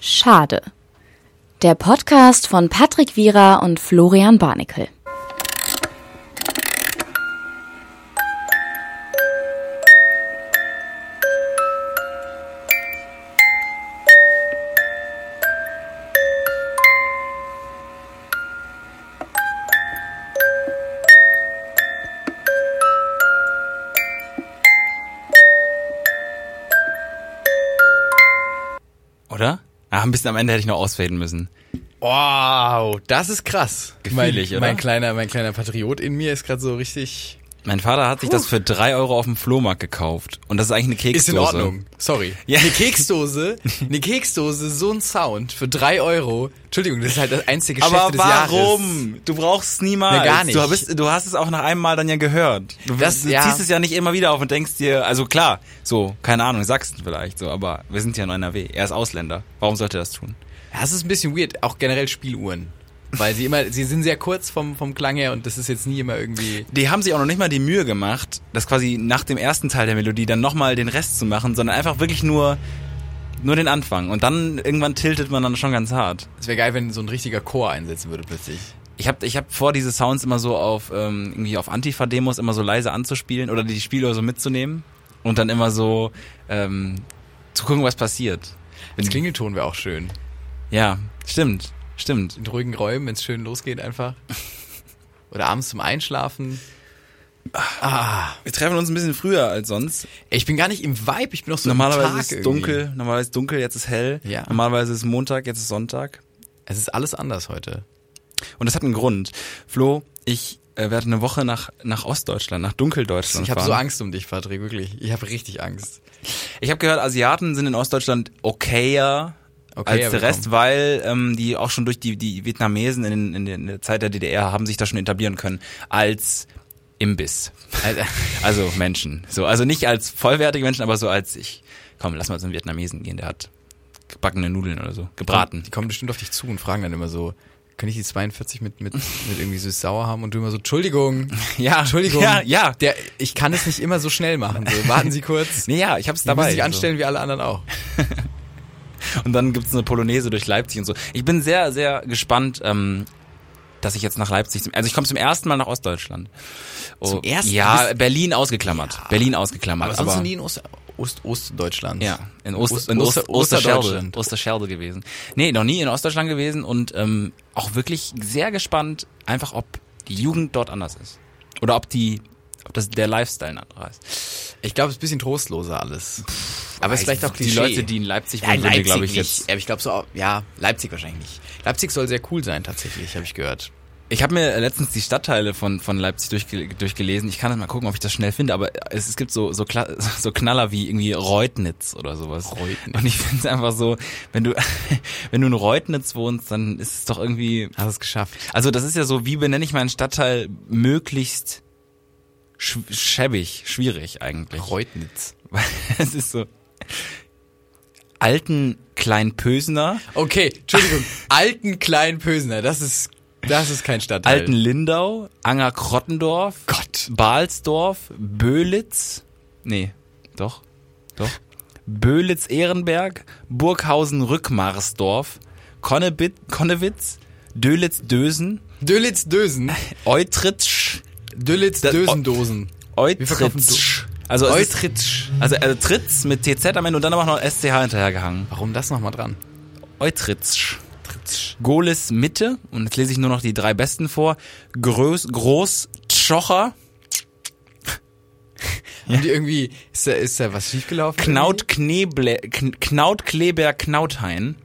Schade. Der Podcast von Patrick Wierer und Florian Barnikel. Oder? Ah, ein bisschen am Ende hätte ich noch ausfaden müssen. Wow, das ist krass. Gefühlig, mein, oder? Mein kleiner, mein kleiner Patriot in mir ist gerade so richtig. Mein Vater hat sich das für drei Euro auf dem Flohmarkt gekauft. Und das ist eigentlich eine Ist Keksdose. in Ordnung. Sorry. Ja. Eine Keksdose, eine Keksdose, so ein Sound für drei Euro. Entschuldigung, das ist halt das einzige Geschäft Aber des Jahres. warum? Du brauchst es niemals. Nee, gar nicht. Du, bist, du hast es auch nach einem Mal dann ja gehört. Du, Das- du ja. ziehst es ja nicht immer wieder auf und denkst dir, also klar, so, keine Ahnung, Sachsen vielleicht, so, aber wir sind ja in NRW. Er ist Ausländer. Warum sollte er das tun? Das ist ein bisschen weird, auch generell Spieluhren. Weil sie immer, sie sind sehr kurz vom, vom Klang her und das ist jetzt nie immer irgendwie. Die haben sich auch noch nicht mal die Mühe gemacht, das quasi nach dem ersten Teil der Melodie dann nochmal den Rest zu machen, sondern einfach wirklich nur, nur den Anfang. Und dann irgendwann tiltet man dann schon ganz hart. Es wäre geil, wenn so ein richtiger Chor einsetzen würde plötzlich. Ich habe ich hab vor, diese Sounds immer so auf, ähm, irgendwie auf Antifa-Demos immer so leise anzuspielen oder die Spieler so mitzunehmen und dann immer so ähm, zu gucken, was passiert. Als Klingelton wäre auch schön. Ja, stimmt, stimmt. In ruhigen Räumen, wenn es schön losgeht einfach. Oder abends zum Einschlafen. Wir treffen uns ein bisschen früher als sonst. Ich bin gar nicht im Vibe, ich bin noch so im Normalerweise Tag ist es irgendwie. dunkel, normalerweise ist dunkel, jetzt ist hell. Ja. Normalerweise ist Montag, jetzt ist Sonntag. Es ist alles anders heute. Und das hat einen Grund. Flo, ich äh, werde eine Woche nach, nach Ostdeutschland, nach Dunkeldeutschland Ich habe fahren. so Angst um dich, Patrick, wirklich. Ich habe richtig Angst. Ich habe gehört, Asiaten sind in Ostdeutschland okayer Okayer als der willkommen. Rest, weil ähm, die auch schon durch die, die Vietnamesen in, den- in, den- in der Zeit der DDR haben sich da schon etablieren können als Imbiss. Alter. Also Menschen. So, also nicht als vollwertige Menschen, aber so als ich. Komm, lass mal zum Vietnamesen gehen, der hat gebackene Nudeln oder so, gebraten. Die kommen bestimmt auf dich zu und fragen dann immer so, kann ich die 42 mit, mit, mit irgendwie süß-sauer haben? Und du immer so, Entschuldigung. Ja, Entschuldigung. Ja, ja. Der, ich kann es nicht immer so schnell machen. So, warten Sie kurz. Nee, ja, ich hab's Da muss dabei. ich so. anstellen wie alle anderen auch. Und dann gibt's eine Polonaise durch Leipzig und so. Ich bin sehr, sehr gespannt, ähm, dass ich jetzt nach Leipzig zum, also ich komme zum ersten Mal nach Ostdeutschland. Oh, Zum ersten- du Ja, bist- Berlin ausgeklammert. Berlin ausgeklammert. Aber sonst noch nie in Ost, Ost, Ostdeutschland. ja, in, Ost, Ost- in Ost, Oster- Osterschelde, Osterdeutschland. Osterschelde gewesen. Nee, noch nie in Ostdeutschland gewesen und ähm, auch wirklich sehr gespannt, einfach ob die Jugend dort anders ist. Oder ob die, ob das der Lifestyle ein anderer ist. Ich glaube, es ist ein bisschen trostloser alles. Aber es ist vielleicht auch die Klischee. Leute, die in Leipzig Nein, wohnen, würden, Leipzig glaube ich, nicht. jetzt Aber ich glaube so, ja, Leipzig wahrscheinlich nicht. Leipzig soll sehr cool sein tatsächlich, habe ich gehört. Ich habe mir letztens die Stadtteile von, von Leipzig durchge durchgelesen. Ich kann mal gucken, ob ich das schnell finde, aber es, es gibt so, so, Kla so Knaller wie irgendwie Reutnitz oder sowas. Reutnitz. Und ich finde es einfach so, wenn du, wenn du in Reutnitz wohnst, dann ist es doch irgendwie. Hast es geschafft. Also das ist ja so, wie benenne ich meinen Stadtteil möglichst sch schäbig, schwierig eigentlich. Reutnitz. Weil es ist so. Alten Kleinpösener, Okay, Entschuldigung. Alten Kleinpösener, das ist das ist kein Stadtteil. Alten Lindau, Anger Krottendorf, Gott. Balsdorf, Böhlitz, nee, doch, doch, Böhlitz-Ehrenberg, Burghausen-Rückmarsdorf, Konnebit, Konnewitz, Dölitz-Dösen, Dölitz-Dösen. Eutritsch, oh. Dölitz-Dösen-Dosen. Wir verkaufen Eutritsch. Also, es ist, Eutritsch. also, also Tritz mit TZ am Ende und dann aber noch SCH hinterhergehangen. Warum das nochmal dran? Eutritsch. Goles Mitte, und jetzt lese ich nur noch die drei besten vor, Groß, Groß, Tschocher, Haben die irgendwie, ist da, ist da was schiefgelaufen? Knaut Kneble, Kn- Knaut Kleber Knauthain.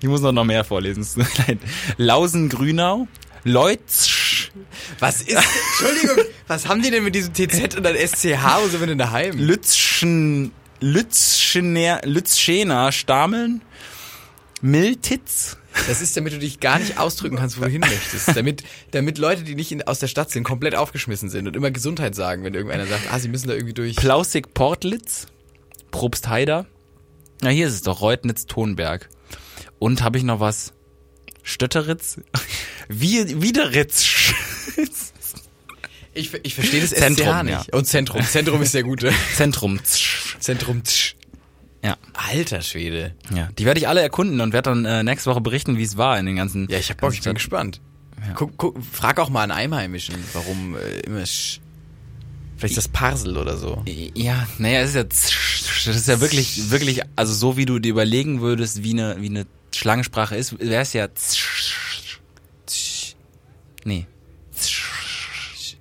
Ich muss noch, noch mehr vorlesen. es tut mir leid. Lausen-Grünau. Leutsch. Was ist, Entschuldigung, was haben die denn mit diesem TZ und dann SCH und so wenn denn daheim? Lützschen. Lützschener, Lützschener Stameln. Miltitz. Das ist, damit du dich gar nicht ausdrücken kannst, wo du hin möchtest. Damit, damit Leute, die nicht in, aus der Stadt sind, komplett aufgeschmissen sind und immer Gesundheit sagen, wenn irgendeiner sagt, ah, sie müssen da irgendwie durch. Plausig-Portlitz. Probstheider. Na, hier ist es doch. Reutnitz-Tonberg. Und habe ich noch was? Stötteritz? Wie, Wiederitz. Ich, ich verstehe das Zentrum, SCH nicht. Und Zentrum. Zentrum ist der gute. Zentrum. Tsch. Zentrum. Tsch. Ja. Alter Schwede. Ja, die werde ich alle erkunden und werde dann äh, nächste Woche berichten, wie es war in den ganzen. Ja, ich hab Bock, ich bin ganzen Stadt- gespannt. Guck, guck, frag auch mal einen Einheimischen, warum äh, immer Sch Vielleicht das Parsel oder so. Ja, naja, es ist ja, z- das ist ja wirklich, wirklich, also so wie du dir überlegen würdest, wie eine, wie eine Schlangensprache ist, wäre es ja. z- z- Nee.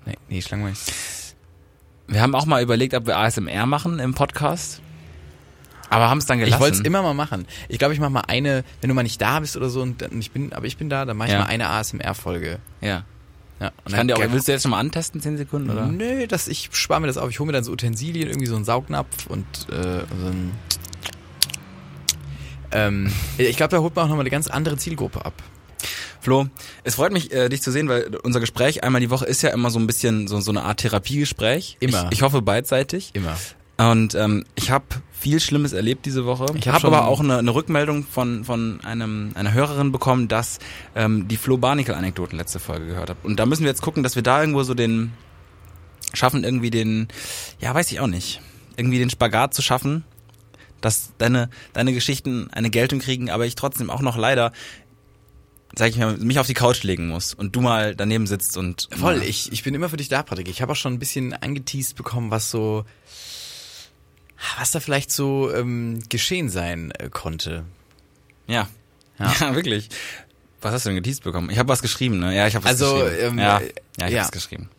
Nee, nee Schlangenwein. Wir haben auch mal überlegt, ob wir ASMR machen im Podcast. Aber haben es dann gelassen. Ich wollte es immer mal machen. Ich glaube, ich mache mal eine, wenn du mal nicht da bist oder so und dann, ich bin, aber ich bin da, dann mache ich Ja. mal eine ASMR-Folge. Ja. Ja, und Mhm. Ich kann dir auch, willst du jetzt schon mal antesten, 10 Sekunden, oder? Nö, das, ich spare mir das auf. Ich hole mir dann so Utensilien, irgendwie so einen Saugnapf und äh, so ein. Ähm, ich glaube, da holt man auch nochmal eine ganz andere Zielgruppe ab. Flo, es freut mich, äh, dich zu sehen, weil unser Gespräch einmal die Woche ist ja immer so ein bisschen so, so eine Art Therapiegespräch. Immer. Ich, ich hoffe beidseitig. Immer. Und ähm, ich habe viel Schlimmes erlebt diese Woche. Ich Ich hab habe schon- aber auch eine, eine Rückmeldung von, von einem, einer Hörerin bekommen, dass ähm, die Flo Barnikel-Anekdoten letzte Folge gehört habe. Und da müssen wir jetzt gucken, dass wir da irgendwo so den schaffen, irgendwie den, ja, weiß ich auch nicht, irgendwie den Spagat zu schaffen, dass deine, deine Geschichten eine Geltung kriegen, aber ich trotzdem auch noch leider, sag ich mal, mich auf die Couch legen muss und du mal daneben sitzt und Voll, mal- ich, ich bin immer für dich da, Patrick. Ich habe auch schon ein bisschen angeteased bekommen, was so. Was da vielleicht so ähm, geschehen sein äh, konnte. Ja. Ja. ja. wirklich. Was hast du denn geteased bekommen? Ich habe was geschrieben, ne? Ja, ich habe was Also, geschrieben. ähm, ja, äh, ja, ich habe ja. was geschrieben.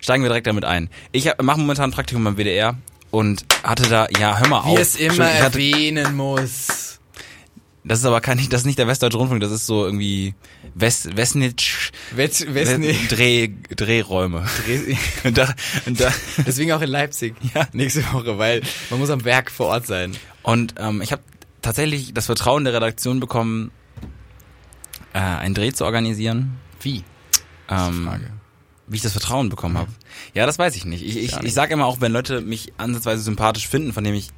Steigen wir direkt damit ein. Ich mache momentan ein Praktikum beim WDR und hatte da, ja, hör mal Wie auf. es immer Entschuldigung, ich hatte, erwähnen muss. das ist aber kein, das ist nicht der Westdeutsche Rundfunk, das ist so irgendwie West, Westnitsch, Wes- Wesni- Dreh, Drehräume. Dres- Und da, und da, Deswegen auch in Leipzig. Ja. Nächste Woche, weil man muss am Werk vor Ort sein. Und ähm, ich habe tatsächlich das Vertrauen der Redaktion bekommen, äh, einen Dreh zu organisieren. Wie? Ähm, Wie ich das Vertrauen Mhm. bekommen habe. Ja, das weiß ich nicht. Ich, ich, Gar nicht. ich sage immer auch, wenn Leute mich ansatzweise sympathisch finden, von dem ich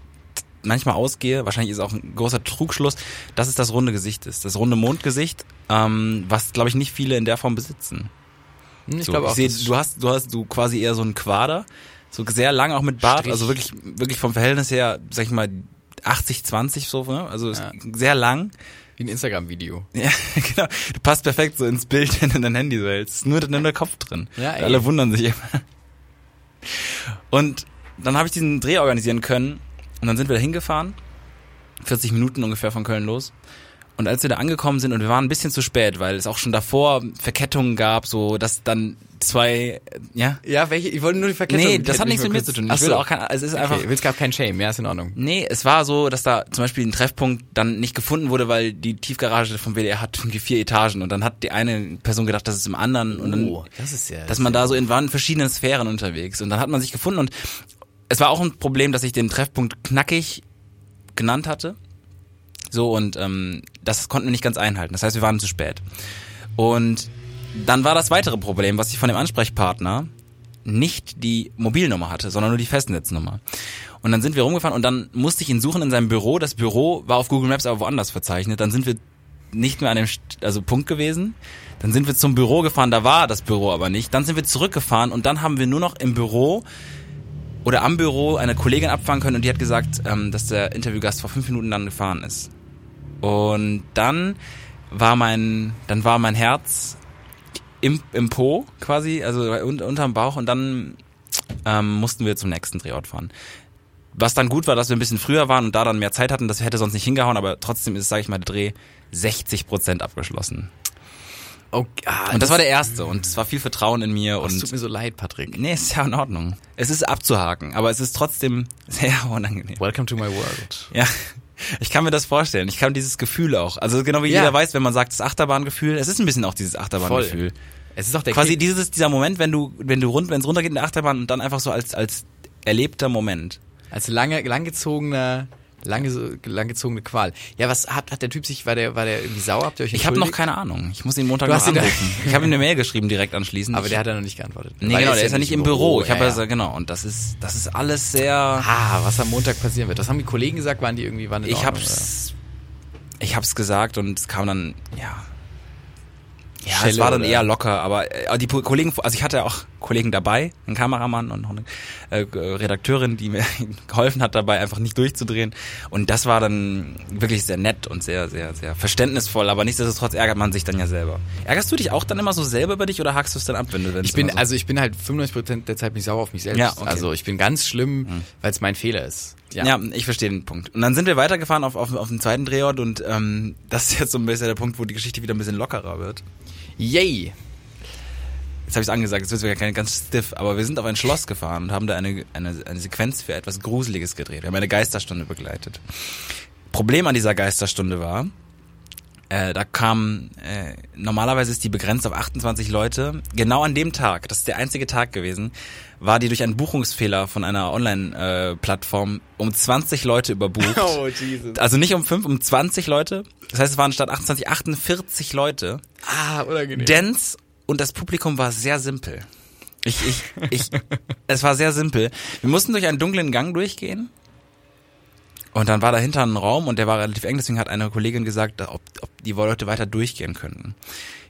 manchmal ausgehe, wahrscheinlich ist auch ein großer Trugschluss, dass es das runde Gesicht ist. Das runde Mondgesicht, ähm, was, glaube ich, nicht viele in der Form besitzen. Hm, Ich So, glaube auch. seh, das- du hast, du hast du quasi eher so einen Quader, so sehr lang auch mit Bart, Strich. also wirklich, wirklich vom Verhältnis her, sag ich mal, 80, 20 so, ne? also ist Ja. sehr lang. wie ein Instagram-Video. Ja, genau. Du passt perfekt so ins Bild, wenn du dein Handy so hältst. Ist Nur in der Kopf drin. Ja, ey. Alle wundern sich immer. Und dann habe ich diesen Dreh organisieren können und dann sind wir da hingefahren. 40 Minuten ungefähr von Köln los. Und als wir da angekommen sind und wir waren ein bisschen zu spät, weil es auch schon davor Verkettungen gab, so dass dann zwei, äh, ja. Ja, welche? Ich wollte nur die Verkettung. Nee, das hat nichts mit mir zu tun. Ach Ich will so. auch kein, also es ist einfach, Okay, es gab kein Shame, ja, ist in Ordnung. Nee, es war so, dass da zum Beispiel ein Treffpunkt dann nicht gefunden wurde, weil die Tiefgarage vom WDR hat irgendwie vier Etagen und dann hat die eine Person gedacht, das ist im anderen und dann, Oh, das ist ja. dass man da so in waren verschiedenen Sphären unterwegs und dann hat man sich gefunden und es war auch ein Problem, dass ich den Treffpunkt knackig genannt hatte. So und ähm, das konnten wir nicht ganz einhalten. Das heißt, wir waren zu spät. Und dann war das weitere Problem, was ich von dem Ansprechpartner nicht die Mobilnummer hatte, sondern nur die Festnetznummer. Und dann sind wir rumgefahren und dann musste ich ihn suchen in seinem Büro. Das Büro war auf Google Maps aber woanders verzeichnet. Dann sind wir nicht mehr an dem St also Punkt gewesen. Dann sind wir zum Büro gefahren, da war das Büro aber nicht. Dann sind wir zurückgefahren und dann haben wir nur noch im Büro oder am Büro eine Kollegin abfangen können und die hat gesagt, ähm, dass der Interviewgast vor fünf Minuten dann gefahren ist. Und dann war mein, dann war mein Herz im, im Po quasi, also un, unterm Bauch und dann ähm, mussten wir zum nächsten Drehort fahren. Was dann gut war, dass wir ein bisschen früher waren und da dann mehr Zeit hatten, das hätte sonst nicht hingehauen, aber trotzdem ist, sage ich mal, der Dreh 60% abgeschlossen. Okay, ah, Und oh, das war der erste und es war viel Vertrauen in mir Es und tut mir so leid, Patrick. Nee, ist ja in Ordnung. Es ist abzuhaken, aber es ist trotzdem sehr unangenehm. Welcome to my world. Ja. Ich kann mir das vorstellen. Ich kann dieses Gefühl auch. Also genau wie Ja. jeder weiß, wenn man sagt, das Achterbahngefühl, es ist ein bisschen auch dieses Achterbahngefühl. Es ist doch der Quasi Kick. dieses dieser Moment, wenn du wenn du rund wenn es runtergeht in der Achterbahn und dann einfach so als als erlebter Moment. als Also lange langgezogener lange langgezogene Qual. Ja, was hat hat der Typ sich war der war der irgendwie sauer? Habt ihr euch Ich habe noch entschuldigt? keine Ahnung. Ich muss ihn Montag Du noch hast ihn da- anrufen. Ich habe ihm eine Mail geschrieben direkt anschließend. aber ich, der hat ja noch nicht geantwortet. Nee, Weil genau, er der ist ja nicht im Büro. Ich habe ja, also genau und das ist das ist alles sehr Ah, was am Montag passieren wird. Das haben die Kollegen gesagt, waren die irgendwie waren in Ich Ordnung, hab's, ich hab's gesagt und es kam dann, ja. Ja, Schelle, es war dann oder? eher locker, aber äh, die Po- Kollegen, also ich hatte auch Kollegen dabei, ein Kameramann und noch eine äh, Redakteurin, die mir geholfen hat dabei, einfach nicht durchzudrehen. Und das war dann wirklich sehr nett und sehr, sehr, sehr verständnisvoll. Aber nichtsdestotrotz ärgert man sich dann ja selber. Ärgerst du dich auch dann immer so selber über dich oder hakst du es dann ab, wenn du wenn Ich es bin, immer so also ich bin halt 95% der Zeit nicht sauer auf mich selbst. Ja, okay. Mhm. Also ich bin ganz schlimm, weil es mein Fehler ist. Ja. ich verstehe den Punkt. Und dann sind wir weitergefahren auf, auf, auf den zweiten Drehort und ähm, das ist jetzt so ein bisschen der Punkt, wo die Geschichte wieder ein bisschen lockerer wird. Yay! Jetzt habe ich es angesagt, jetzt wird es keine ganz stiff, aber wir sind auf ein Schloss gefahren und haben da eine, eine, eine Sequenz für etwas Gruseliges gedreht. Wir haben eine Geisterstunde begleitet. Problem an dieser Geisterstunde war, äh, da kamen, äh, normalerweise ist die begrenzt auf 28 Leute. Genau an dem Tag, das ist der einzige Tag gewesen, war die durch einen Buchungsfehler von einer Online-Plattform um 20 Leute überbucht. Jesus. Also nicht um 5, um 20 Leute. Das heißt, es waren statt 28 48 Leute. Ah, unangenehm. Dance und das Publikum war sehr simpel. Ich, ich, ich, es war sehr simpel. Wir mussten durch einen dunklen Gang durchgehen. Und dann war dahinter ein Raum und der war relativ eng, deswegen hat eine Kollegin gesagt, ob, ob die Leute weiter durchgehen könnten.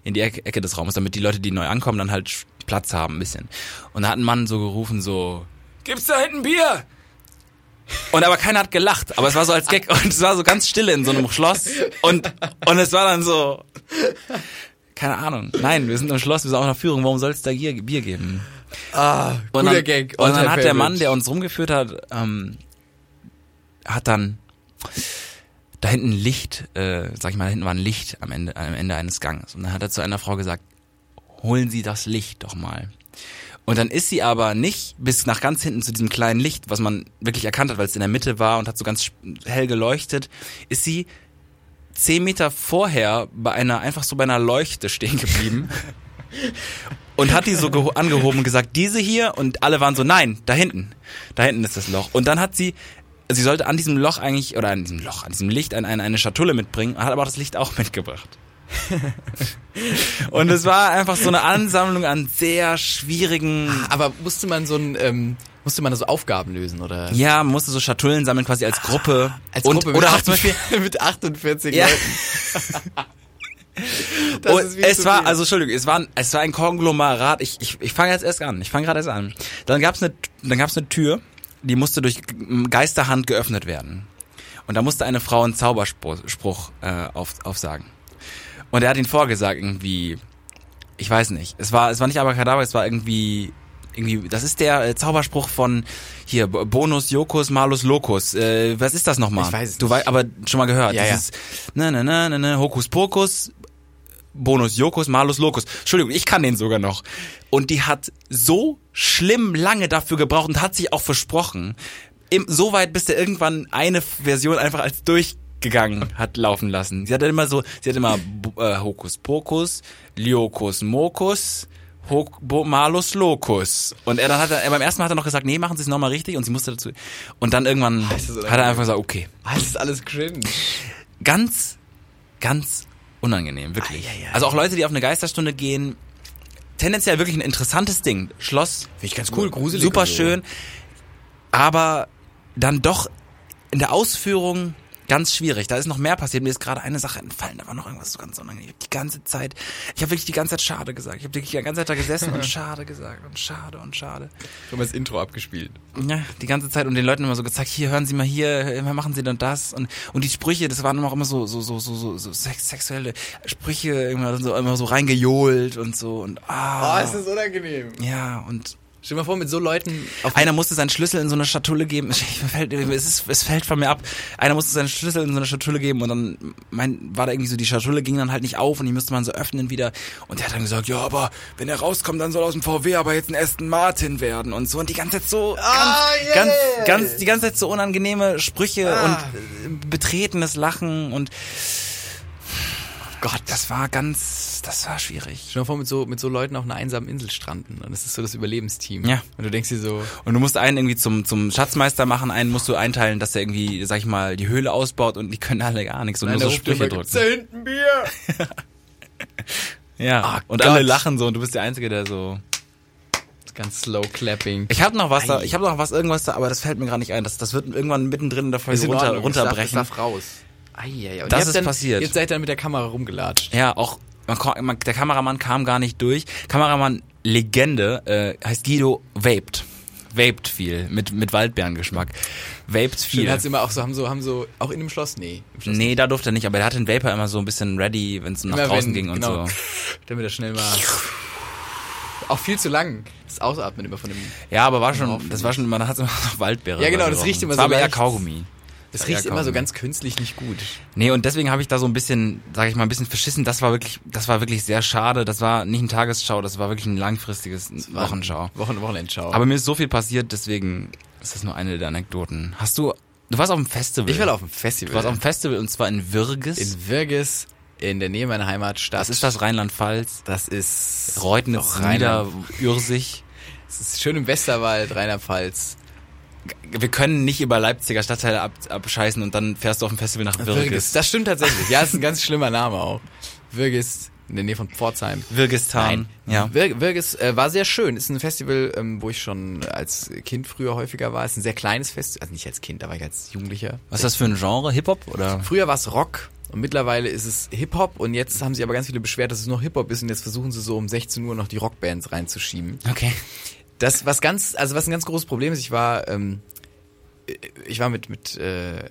In die Ecke, Ecke des Raumes, damit die Leute, die neu ankommen, dann halt Platz haben ein bisschen. Und da hat ein Mann so gerufen, so, gibt's da hinten Bier? Und aber keiner hat gelacht, aber es war so als Gag und es war so ganz stille in so einem Schloss und, und es war dann so, keine Ahnung. Nein, wir sind im Schloss, wir sind auch nach Führung. Warum soll es da Gier- Bier geben? ah, Und guter dann, Gag. Und dann All-time hat der favorite. Mann, der uns rumgeführt hat, ähm, hat dann da hinten ein Licht, äh, sag ich mal, da hinten war ein Licht am Ende, am Ende eines Ganges. Und dann hat er zu einer Frau gesagt, holen Sie das Licht doch mal. Und dann ist sie aber nicht bis nach ganz hinten zu diesem kleinen Licht, was man wirklich erkannt hat, weil es in der Mitte war und hat so ganz sp- hell geleuchtet, ist sie zehn Meter vorher bei einer, einfach so bei einer Leuchte stehen geblieben. Und hat die so geho- angehoben und gesagt, diese hier. Und alle waren so, nein, da hinten. Da hinten ist das Loch. Und dann hat sie, sie sollte an diesem Loch eigentlich, oder an diesem Loch, an diesem Licht ein, ein, eine Schatulle mitbringen, hat aber das Licht auch mitgebracht. und es war einfach so eine Ansammlung an sehr schwierigen Ah, Aber musste man so ein, ähm, musste man da so Aufgaben lösen oder? Ja, man musste so Schatullen sammeln quasi als Gruppe. Ah, Als und, Gruppe mit oder auch 48 zum Beispiel. mit 48 Ja. Leuten. Das Und ist wie zu es war, viel. also Entschuldigung, es war, ein, es war ein Konglomerat. Ich, ich, ich fange jetzt erst an. Ich fange gerade erst an. Dann gab's eine, dann gab's eine Tür, die musste durch Geisterhand geöffnet werden. Und da musste eine Frau einen Zauberspruch Spruch, äh, auf, aufsagen. Und er hat ihn vorgesagt irgendwie, ich weiß nicht. Es war, es war nicht Abracadabra, es war irgendwie, irgendwie, das ist der äh, Zauberspruch von hier B- Bonus Jokus Malus Locus. Äh, was ist das nochmal? Ich weiß es Du nicht. weißt, aber schon mal gehört. ne, Ja, ja. Dieses, na na na na na Hokus Pokus. Bonus Jokus Malus Locus. Entschuldigung, ich kann den sogar noch. Und die hat so schlimm lange dafür gebraucht und hat sich auch versprochen. Im, so weit, bis der irgendwann eine Version einfach als durchgegangen hat laufen lassen. Sie hat dann immer so, sie hat immer Bu- äh, Hokus Pokus, Liokus Mokus, Hok Bo Malus Locus. Und er dann hat er, beim ersten Mal hat er noch gesagt, nee, machen Sie es nochmal richtig und sie musste dazu. Und dann irgendwann ist das hat er einfach gesagt, okay Ah, das ist alles cringe. ganz, ganz unangenehm, wirklich. Eieiei. Also auch Leute, die auf eine Geisterstunde gehen, tendenziell wirklich ein interessantes Ding. Schloss, finde ich ganz cool, gruselig super und so. schön, aber dann doch in der Ausführung ganz schwierig. Da ist noch mehr passiert. Mir ist gerade eine Sache entfallen, da war noch irgendwas so ganz unangenehm. Ich hab Die ganze Zeit, ich habe wirklich die ganze Zeit schade gesagt. Ich habe wirklich die ganze Zeit da gesessen und schade gesagt und schade und schade. Schon mal das Intro abgespielt. Ja, die ganze Zeit und den Leuten immer so gezeigt, hier hören Sie mal hier, immer machen Sie dann das und und die Sprüche, das waren immer auch immer so so so so so, so sex sexuelle Sprüche immer so immer so reingejohlt und so und ah das unangenehm. ja und Stell dir mal vor, mit so Leuten auf einer musste seinen Schlüssel in so eine Schatulle geben. Ich, mir fällt, es, ist, es fällt von mir ab. Einer musste seinen Schlüssel in so eine Schatulle geben und dann mein, war da irgendwie so, die Schatulle ging dann halt nicht auf und die musste man so öffnen wieder. Und der hat dann gesagt, ja, aber wenn er rauskommt, dann soll aus dem VW aber jetzt ein Aston Martin werden und so. Und die ganze Zeit so ganz, Ah, yeah. ganz, ganz, die ganze Zeit so unangenehme Sprüche und äh, betretenes Lachen und Gott, das war ganz, das war schwierig. Stell dir mal vor, mit so, mit so Leuten auf einer einsamen Insel stranden. Und das ist so das Überlebensteam. Ja. Und du denkst dir so, Und du musst einen irgendwie zum, zum Schatzmeister machen, einen musst du einteilen, dass er irgendwie, sag ich mal, die Höhle ausbaut und die können alle gar nichts und nur so Sprüche drücken. hinten Bier. Ja. Ah, und Gott. alle lachen so und du bist der Einzige, der so. Ganz slow clapping. Ich habe noch was da, Ei. ich habe noch was irgendwas da, aber das fällt mir gar nicht ein. Das, das wird irgendwann mittendrin in der Folge Ist in runter, Ordnung, das runterbrechen. darf- Das darf raus. Eieiei. Und Das ihr habt ist dann, passiert. Jetzt seid ihr dann mit der Kamera rumgelatscht. Ja, auch man, ko- man, der Kameramann kam gar nicht durch. Kameramann Legende, äh, heißt Guido Vaped. Vaped viel, mit, mit Waldbeerengeschmack. Vaped viel. Schön hat's immer auch so, haben so, haben so, auch in dem Schloss? Nee. Im Schloss Nee, da durfte er nicht, aber der hatte den Vapor immer so ein bisschen ready, wenn es nach Immer draußen wenn- ging und genau. so. Damit er schnell mal. Auch viel zu lang. Das Ausatmen immer von dem. Ja, aber war schon, das war schon immer, da hat's immer nach Waldbeere. Ja, genau, das gerochen. riecht immer Das war so aber eher leicht. Kaugummi. Das Ja, riecht immer kaum. so ganz künstlich nicht gut. Nee, und deswegen habe ich da so ein bisschen, sage ich mal, ein bisschen verschissen. Das war wirklich, das war wirklich sehr schade. Das war nicht ein Tagesschau, das war wirklich ein langfristiges Wochenschau. Wochen, Wochenendschau. Aber mir ist so viel passiert, deswegen ist das nur eine der Anekdoten. Hast du, du warst auf dem Festival. ich war auf dem Festival. Du warst auf dem Festival und zwar in Wirges. in Wirges, in der Nähe meiner Heimatstadt. das ist das Rheinland-Pfalz. Das ist Reutnitz, Rheinland- Nieder, Ürsich. Das ist schön im Westerwald, Rheinland-Pfalz. wir können nicht über Leipziger Stadtteile ab, abscheißen und dann fährst du auf dem Festival nach Wirges. Das stimmt tatsächlich. Ja, ist ein ganz schlimmer Name auch. Wirges, in der Nähe von Pforzheim. Wirgestan. Ja. Wir- Wirges äh, war sehr schön. Ist ein Festival, ähm, wo ich schon als Kind früher häufiger war. Ist ein sehr kleines Festival. Also nicht als Kind, aber als Jugendlicher. Was ist das für ein Genre? Hip-Hop oder? Früher war es Rock und mittlerweile ist es Hip-Hop und jetzt haben sich aber ganz viele beschwert, dass es noch Hip-Hop ist und jetzt versuchen sie so um 16 Uhr noch die Rockbands reinzuschieben. Okay. Das, was ganz, also was ein ganz großes Problem ist, ich war, ähm, ich war mit, mit äh, äh,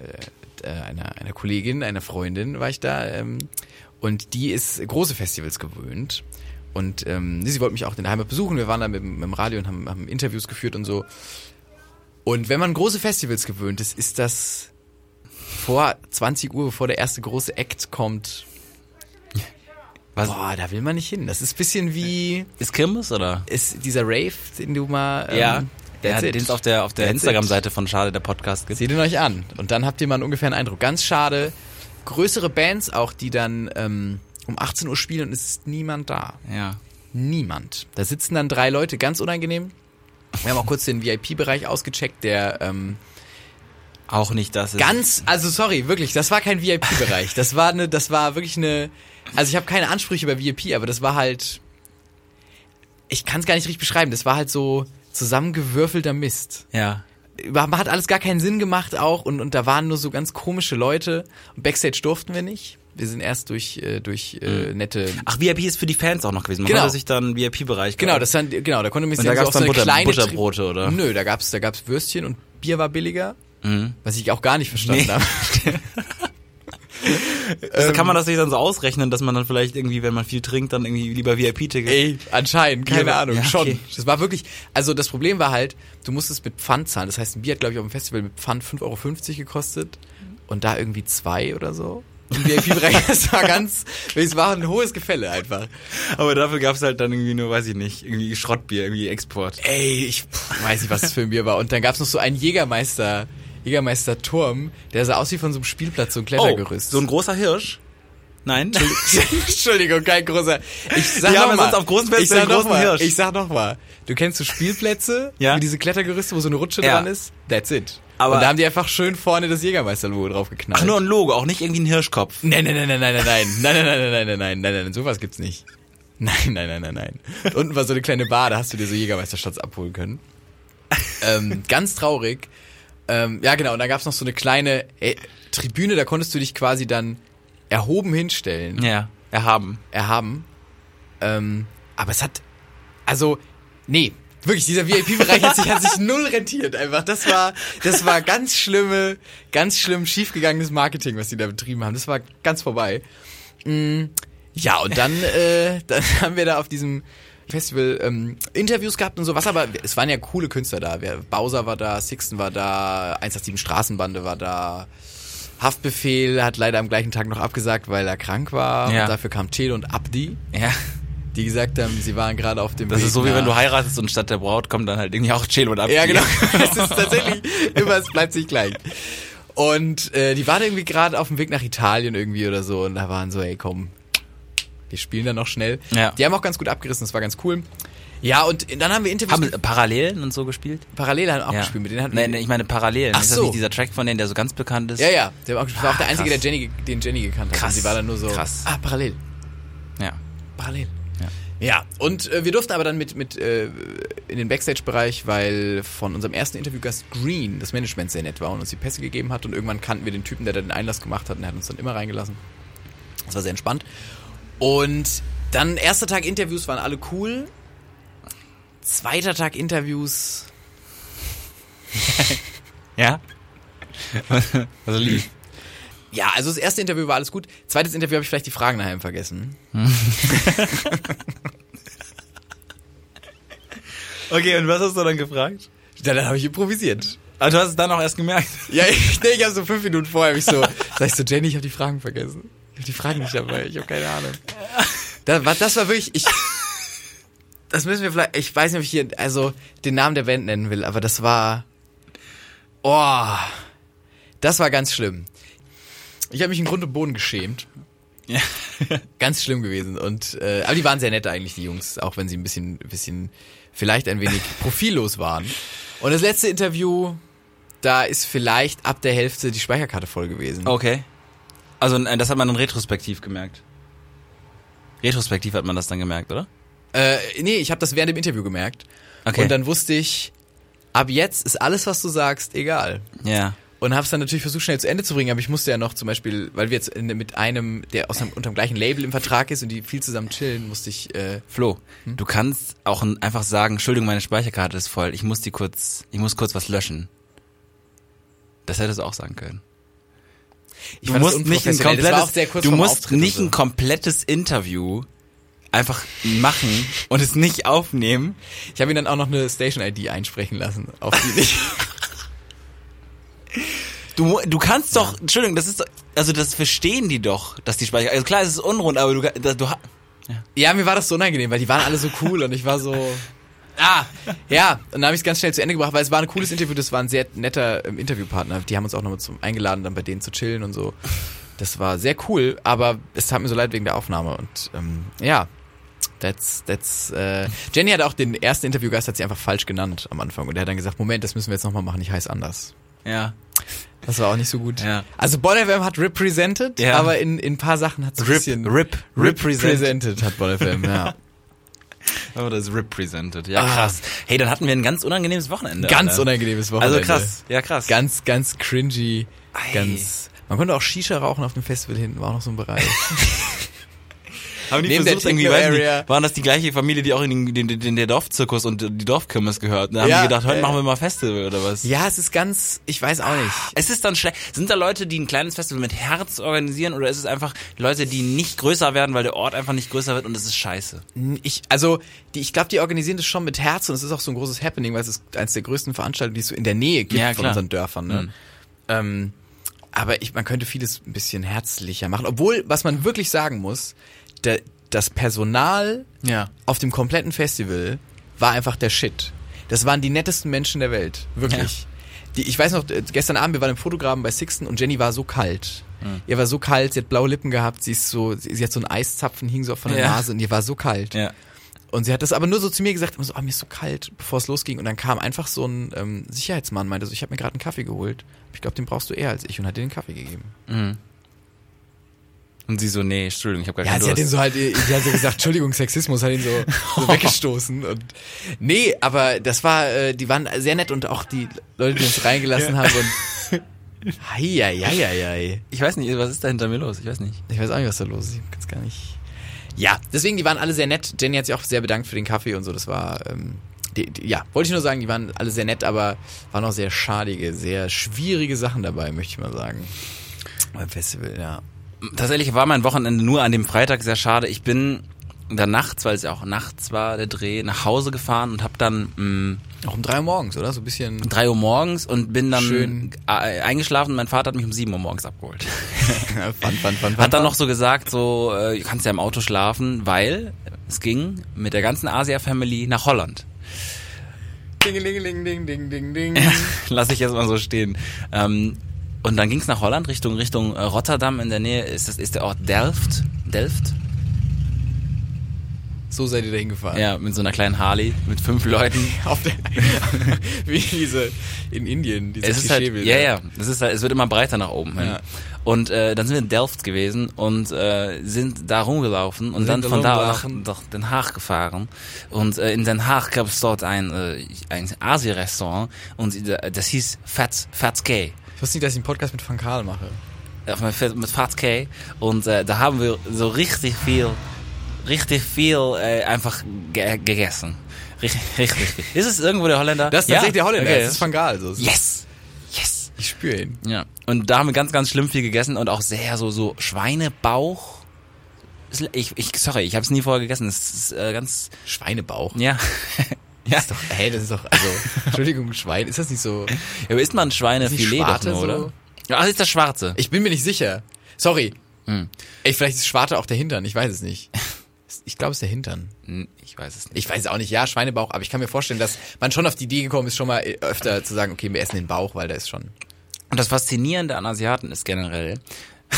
einer, einer Kollegin, einer Freundin war ich da ähm, und die ist große Festivals gewöhnt. Und ähm, sie wollte mich auch in der Heimat besuchen. Wir waren da mit, dem- mit dem Radio und haben, haben Interviews geführt und so. Und wenn man große Festivals gewöhnt ist, ist das vor 20 Uhr, bevor der erste große Act kommt. Was? Boah, da will man nicht hin. Das ist bisschen wie Ist Kirmes oder? ist dieser Rave, den du mal. Ähm, Ja, that's it. den es auf der, auf der That's Instagram-Seite von Schade, der Podcast gibt. Seht ihn euch an. Und dann habt ihr mal einen ungefähren Eindruck. Ganz schade. Größere Bands auch, die dann ähm, um 18 Uhr spielen und es ist niemand da. Ja. Niemand. Da sitzen dann drei Leute, ganz unangenehm. Wir haben auch kurz den VIP-Bereich ausgecheckt, der ähm, Auch nicht das. Ist ganz, also sorry, wirklich, das war kein VIP-Bereich. Das war eine, das war wirklich eine. Also ich habe keine Ansprüche über VIP, aber das war halt. Ich kann es gar nicht richtig beschreiben. Das war halt so zusammengewürfelter Mist Ja. über- hat alles gar keinen Sinn gemacht auch und, und da waren nur so ganz komische Leute. Und Backstage durften wir nicht. Wir sind erst durch, äh, durch äh, Mhm. nette. Ach, VIP ist für die Fans auch noch gewesen. Man Genau. konnte sich dann VIP-Bereich Genau, das dann, genau, da konnte man Und da gab's so dann auf so Butter, eine kleine Tri- Butterbrote, oder? Nö, da gab's, da gab's Würstchen und Bier war billiger. Mhm. Was ich auch gar nicht verstanden Nee. habe. Also kann man das sich dann so ausrechnen, dass man dann vielleicht irgendwie, wenn man viel trinkt, dann irgendwie lieber VIP-Ticket. Ey, anscheinend, keine Ja, Ahnung, ja, schon. okay. Das war wirklich, also das Problem war halt, du musstest mit Pfand zahlen. Das heißt, ein Bier hat, glaube ich, auf dem Festival mit Pfand 5,50 Euro gekostet und da irgendwie zwei oder so. Im VIP-Bereich, das war ganz, es war ein hohes Gefälle einfach. Aber dafür gab's halt dann irgendwie nur, weiß ich nicht, irgendwie Schrottbier, irgendwie Export. Ey, ich pff, weiß nicht, was das für ein Bier war. Und dann gab's noch so einen Jägermeister, Jägermeister-Turm, der sah aus wie von so einem Spielplatz, so ein Klettergerüst. Oh, so ein großer Hirsch? Nein. Entschuldigung, kein großer. Ich sag Die haben noch ja mal, sonst auf großen Plätzen ich sag einen noch großen mal, Hirsch. Ich sag noch mal. Du kennst so Spielplätze, Ja. wie diese Klettergerüste, wo so eine Rutsche Ja. dran ist. That's it. Aber- und da haben die einfach schön vorne das Jägermeister-Logo drauf geknallt. Ach, nur ein Logo, auch nicht irgendwie ein Hirschkopf. Nein, nein, nein, nein, nein, nein, nein, nein, nein, nein, nein, nein, nein, nein, nein, nein, sowas gibt's nicht. Nein, nein, nein, nein, nein. Und Unten war so eine kleine Bar, da hast du dir so Jägermeisterschatz abholen können. Ähm, ganz traurig. Ähm, ja, genau, und da gab's noch so eine kleine äh, Tribüne, da konntest du dich quasi dann erhoben hinstellen, Ja, erhaben. erhaben. Ähm, aber es hat, also, nee, wirklich, dieser VIP-Bereich hat sich, hat sich null rentiert einfach. Das war, das war ganz schlimme, ganz schlimm schiefgegangenes Marketing, was die da betrieben haben. Das war ganz vorbei. Mm, ja, und dann, äh, dann haben wir da auf diesem Festival ähm, Interviews gehabt und so was, aber es waren ja coole Künstler da. Wer- Bowser war da, Sixten war da, 187 Straßenbande war da. Haftbefehl hat leider am gleichen Tag noch abgesagt, weil er krank war. Ja. Und dafür kam Tele und Abdi Ja. die gesagt haben, sie waren gerade auf dem Das Weg ist so wie nach- wenn du heiratest und statt der Braut kommt dann halt irgendwie auch Chelo und ab. Ja, genau. es ist tatsächlich immer, es bleibt sich gleich. Und äh, die waren irgendwie gerade auf dem Weg nach Italien irgendwie oder so und da waren so, ey, komm, wir spielen dann noch schnell. Ja. Die haben auch ganz gut abgerissen, das war ganz cool. Ja, und dann haben wir Interviews Haben Parallelen und so gespielt? parallel haben auch Ja. gespielt. Mit denen hatten nee, wir, nee, ich meine Parallelen. Ach ist so. das nicht dieser Track von denen, der halt so ganz bekannt ist? ja, ja, der war auch gespielt. Das war auch der Einzige, Ah, krass. der Jenny, ge- den Jenny gekannt hat. Krass, Und sie war dann nur so, krass. ah, parallel. ja. Parallel. Ja. Ja, und äh, wir durften aber dann mit, mit äh, in den Backstage-Bereich, weil von unserem ersten Interviewgast Green das Management sehr nett war und uns die Pässe gegeben hat und irgendwann kannten wir den Typen, der da den Einlass gemacht hat und er hat uns dann immer reingelassen. Das war sehr entspannt. Und dann erster Tag Interviews waren alle cool Zweiter Tag Interviews. Ja? Also lief. Ja, also das erste Interview war alles gut. Zweites Interview habe ich vielleicht die Fragen daheim vergessen. Okay, und was hast du dann gefragt? Ja, dann habe ich improvisiert. Ah, du hast es dann auch erst gemerkt. Ja, ich, nee, ich habe so fünf Minuten vorher mich so, sag ich so, Jenny, ich habe die Fragen vergessen. Ich habe die Fragen nicht dabei, ich habe keine Ahnung. Das war, das war wirklich, ich, das müssen wir vielleicht, ich weiß nicht, ob ich hier, also, den Namen der Band nennen will, aber das war, oh, das war ganz schlimm. Ich habe mich im Grunde Boden geschämt. Ja. Ganz schlimm gewesen. Und, äh, aber die waren sehr nett eigentlich, die Jungs, auch wenn sie ein bisschen, bisschen, vielleicht ein wenig profillos waren. Und das letzte Interview, da ist vielleicht ab der Hälfte die Speicherkarte voll gewesen. Okay. Also äh, das hat man dann retrospektiv gemerkt. Retrospektiv hat man das dann gemerkt, oder? Äh, nee, ich habe das während dem Interview gemerkt. Okay. Und dann wusste ich, ab jetzt ist alles, was du sagst, egal. Ja. Und habe es dann natürlich versucht, schnell zu Ende zu bringen, aber ich musste ja noch zum Beispiel, weil wir jetzt in, mit einem, der aus einem, unter dem gleichen Label im Vertrag ist und die viel zusammen chillen, musste ich, äh, Flo, du kannst auch n- einfach sagen, Entschuldigung, meine Speicherkarte ist voll, ich muss die kurz, ich muss kurz was löschen. Das hättest du auch sagen können. ich Du fand das musst nicht ein unprofessionell. Das war auch komplettes, sehr kurz du vorm musst Auftritt und nicht so. ein komplettes Interview einfach machen und es nicht aufnehmen. Ich habe ihn dann auch noch eine Station-ID einsprechen lassen, auf die ich... Du, mu- du kannst doch, Entschuldigung, das ist, doch- also das verstehen die doch, dass die Speicher, also klar, es ist unrund, aber du, ka- da- du ha- Ja, mir war das so unangenehm, weil die waren alle so cool und ich war so. Ah, ja, und dann habe ich es ganz schnell zu Ende gebracht, weil es war ein cooles Interview, das war ein sehr netter ähm, Interviewpartner. Die haben uns auch nochmal zum eingeladen, dann bei denen zu chillen und so. Das war sehr cool, aber es tat mir so leid wegen der Aufnahme und ähm, ja, that's that's. Äh, Jenny hat auch den ersten Interviewgast hat sie einfach falsch genannt am Anfang und der hat dann gesagt, Moment, das müssen wir jetzt nochmal machen, ich heiße anders. ja. Das war auch nicht so gut. Ja. Also Bon FM hat represented, Ja. aber in in ein paar Sachen hat es ein Rip- bisschen rip- represented hat Bon FM. Ja. Oh, das ist represented. Ja, krass. Hey, dann hatten wir ein ganz unangenehmes Wochenende. Ah. Ganz Alter. unangenehmes ne. Wochenende. Also krass. Ja, krass. Ganz, ganz cringy. Ei. Ganz. Man konnte auch Shisha rauchen auf dem Festival hinten, war auch noch so ein Bereich. Haben die Neben der versucht, irgendwie, Techno weiß Area. nicht, waren das die gleiche Familie, die auch in den, den, den der Dorfzirkus und die Dorfkirmes gehört? Da haben Ja, die gedacht, heute äh. machen wir mal Festival oder was? ja, es ist ganz, ich weiß auch nicht. Es ist dann schlecht. Sind da Leute, die ein kleines Festival mit Herz organisieren oder ist es einfach Leute, die nicht größer werden, weil der Ort einfach nicht größer wird und es ist scheiße? Ich, also, die, ich glaube, die organisieren das schon mit Herz und es ist auch so ein großes Happening, weil es ist eines der größten Veranstaltungen, die es so in der Nähe gibt Ja, von klar. unseren Dörfern. Ne? Ähm, aber ich, man könnte vieles ein bisschen herzlicher machen. Obwohl, was man wirklich sagen muss, der, das Personal Ja. auf dem kompletten Festival war einfach der Shit. Das waren die nettesten Menschen der Welt. Wirklich. Die, ich weiß noch, äh, gestern Abend, wir waren im Fotograben bei Sixten und Jenny war so kalt. Mhm. Ihr war so kalt, sie hat blaue Lippen gehabt, sie ist so, sie, sie hat so einen Eiszapfen, hing so von der Ja. Nase und ihr war so kalt. Ja. Und sie hat das aber nur so zu mir gesagt, immer so, ah, mir ist so kalt, bevor es losging. Und dann kam einfach so ein ähm, Sicherheitsmann, meinte so, ich habe mir gerade einen Kaffee geholt. Ich glaube, den brauchst du eher als ich und hat dir den Kaffee gegeben. Und sie so, nee, Entschuldigung, ich habe gar Ja, keinen sie hat den Durst. so halt, sie hat so gesagt, Entschuldigung, Sexismus, hat ihn so, so weggestoßen. Und, nee, aber das war, äh, die waren sehr nett und auch die Leute, die uns reingelassen haben. Und, hei, hei, hei, hei. Ich weiß nicht, was ist da hinter mir los? Ich weiß nicht. Ich weiß auch nicht, was da los ist. Ich kann's gar nicht. Ja, deswegen, die waren alle sehr nett. Jenny hat sich auch sehr bedankt für den Kaffee und so. Das war, ähm, die, die, ja, wollte ich nur sagen, die waren alle sehr nett, aber waren auch sehr schadige, sehr schwierige Sachen dabei, möchte ich mal sagen. Beim Festival, ja. Tatsächlich war mein Wochenende nur an dem Freitag sehr schade. Ich bin da nachts, weil es ja auch nachts war, der Dreh, nach Hause gefahren und habe dann mh, Auch um drei Uhr morgens, oder? So ein bisschen. 3 Uhr morgens und bin dann Schön. äh, eingeschlafen und mein Vater hat mich um 7 Uhr morgens abgeholt. fun, fun, fun, fun, Hat dann noch so gesagt, so, äh, du kannst ja im Auto schlafen, weil es ging mit der ganzen Asia-Family nach Holland. Ding, ding, ding, ding, ding, ding, ding. Lass ich jetzt mal so stehen. Ähm, und dann ging's nach Holland, Richtung, Richtung äh, Rotterdam in der Nähe. Ist, das, ist der Ort Delft? Delft? So seid ihr da hingefahren. Ja, mit so einer kleinen Harley, mit fünf Leuten. Auf der, wie diese in Indien, diese es ist halt, Klischeebilder. ja, ja, es ist halt, es wird immer breiter nach oben hin. Ja. Und äh, dann sind wir in Delft gewesen und äh, sind da rumgelaufen und Sind dann da von da nach, rumgelaufen. nach Den Haag gefahren. Und äh, in Den Haag gab es dort ein, äh, ein Asi-Restaurant und äh, das hieß Fat, Fat K. Ich wusste nicht, dass ich einen Podcast mit Fankal mache. äh, Auf mein Fat- Mit Fat K. Und äh, da haben wir so richtig viel richtig viel äh, einfach ge gegessen. Richtig, richtig. viel. Ist es irgendwo der Holländer? Das ist tatsächlich der Holländer, Okay. das ist Van Gaal. So. yes! Yes! Ich spüre ihn. Ja. Und da haben wir ganz, ganz schlimm viel gegessen und auch sehr so, so Schweinebauch. Ist- Ich, ich, sorry, ich habe es nie vorher gegessen. Es ist äh, ganz, Schweinebauch. ja. ja. Ist doch, hey, das ist doch, also, Entschuldigung, Schwein, ist das nicht so? Ja, Aber isst man Ist Schweinefilet nicht doch Schwarte nur, oder? so? Ja, das ist das Schwarze. Ich bin mir nicht sicher. Sorry. Ey, vielleicht ist Schwarte auch der Hintern, ich weiß es nicht. Ich glaube, es ist der Hintern. Hm, Ich weiß es nicht. Ich weiß es auch nicht, ja, Schweinebauch, aber ich kann mir vorstellen, dass man schon auf die Idee gekommen ist, schon mal äh, öfter zu sagen, okay, wir essen den Bauch, weil der ist schon. Und das Faszinierende an Asiaten ist generell,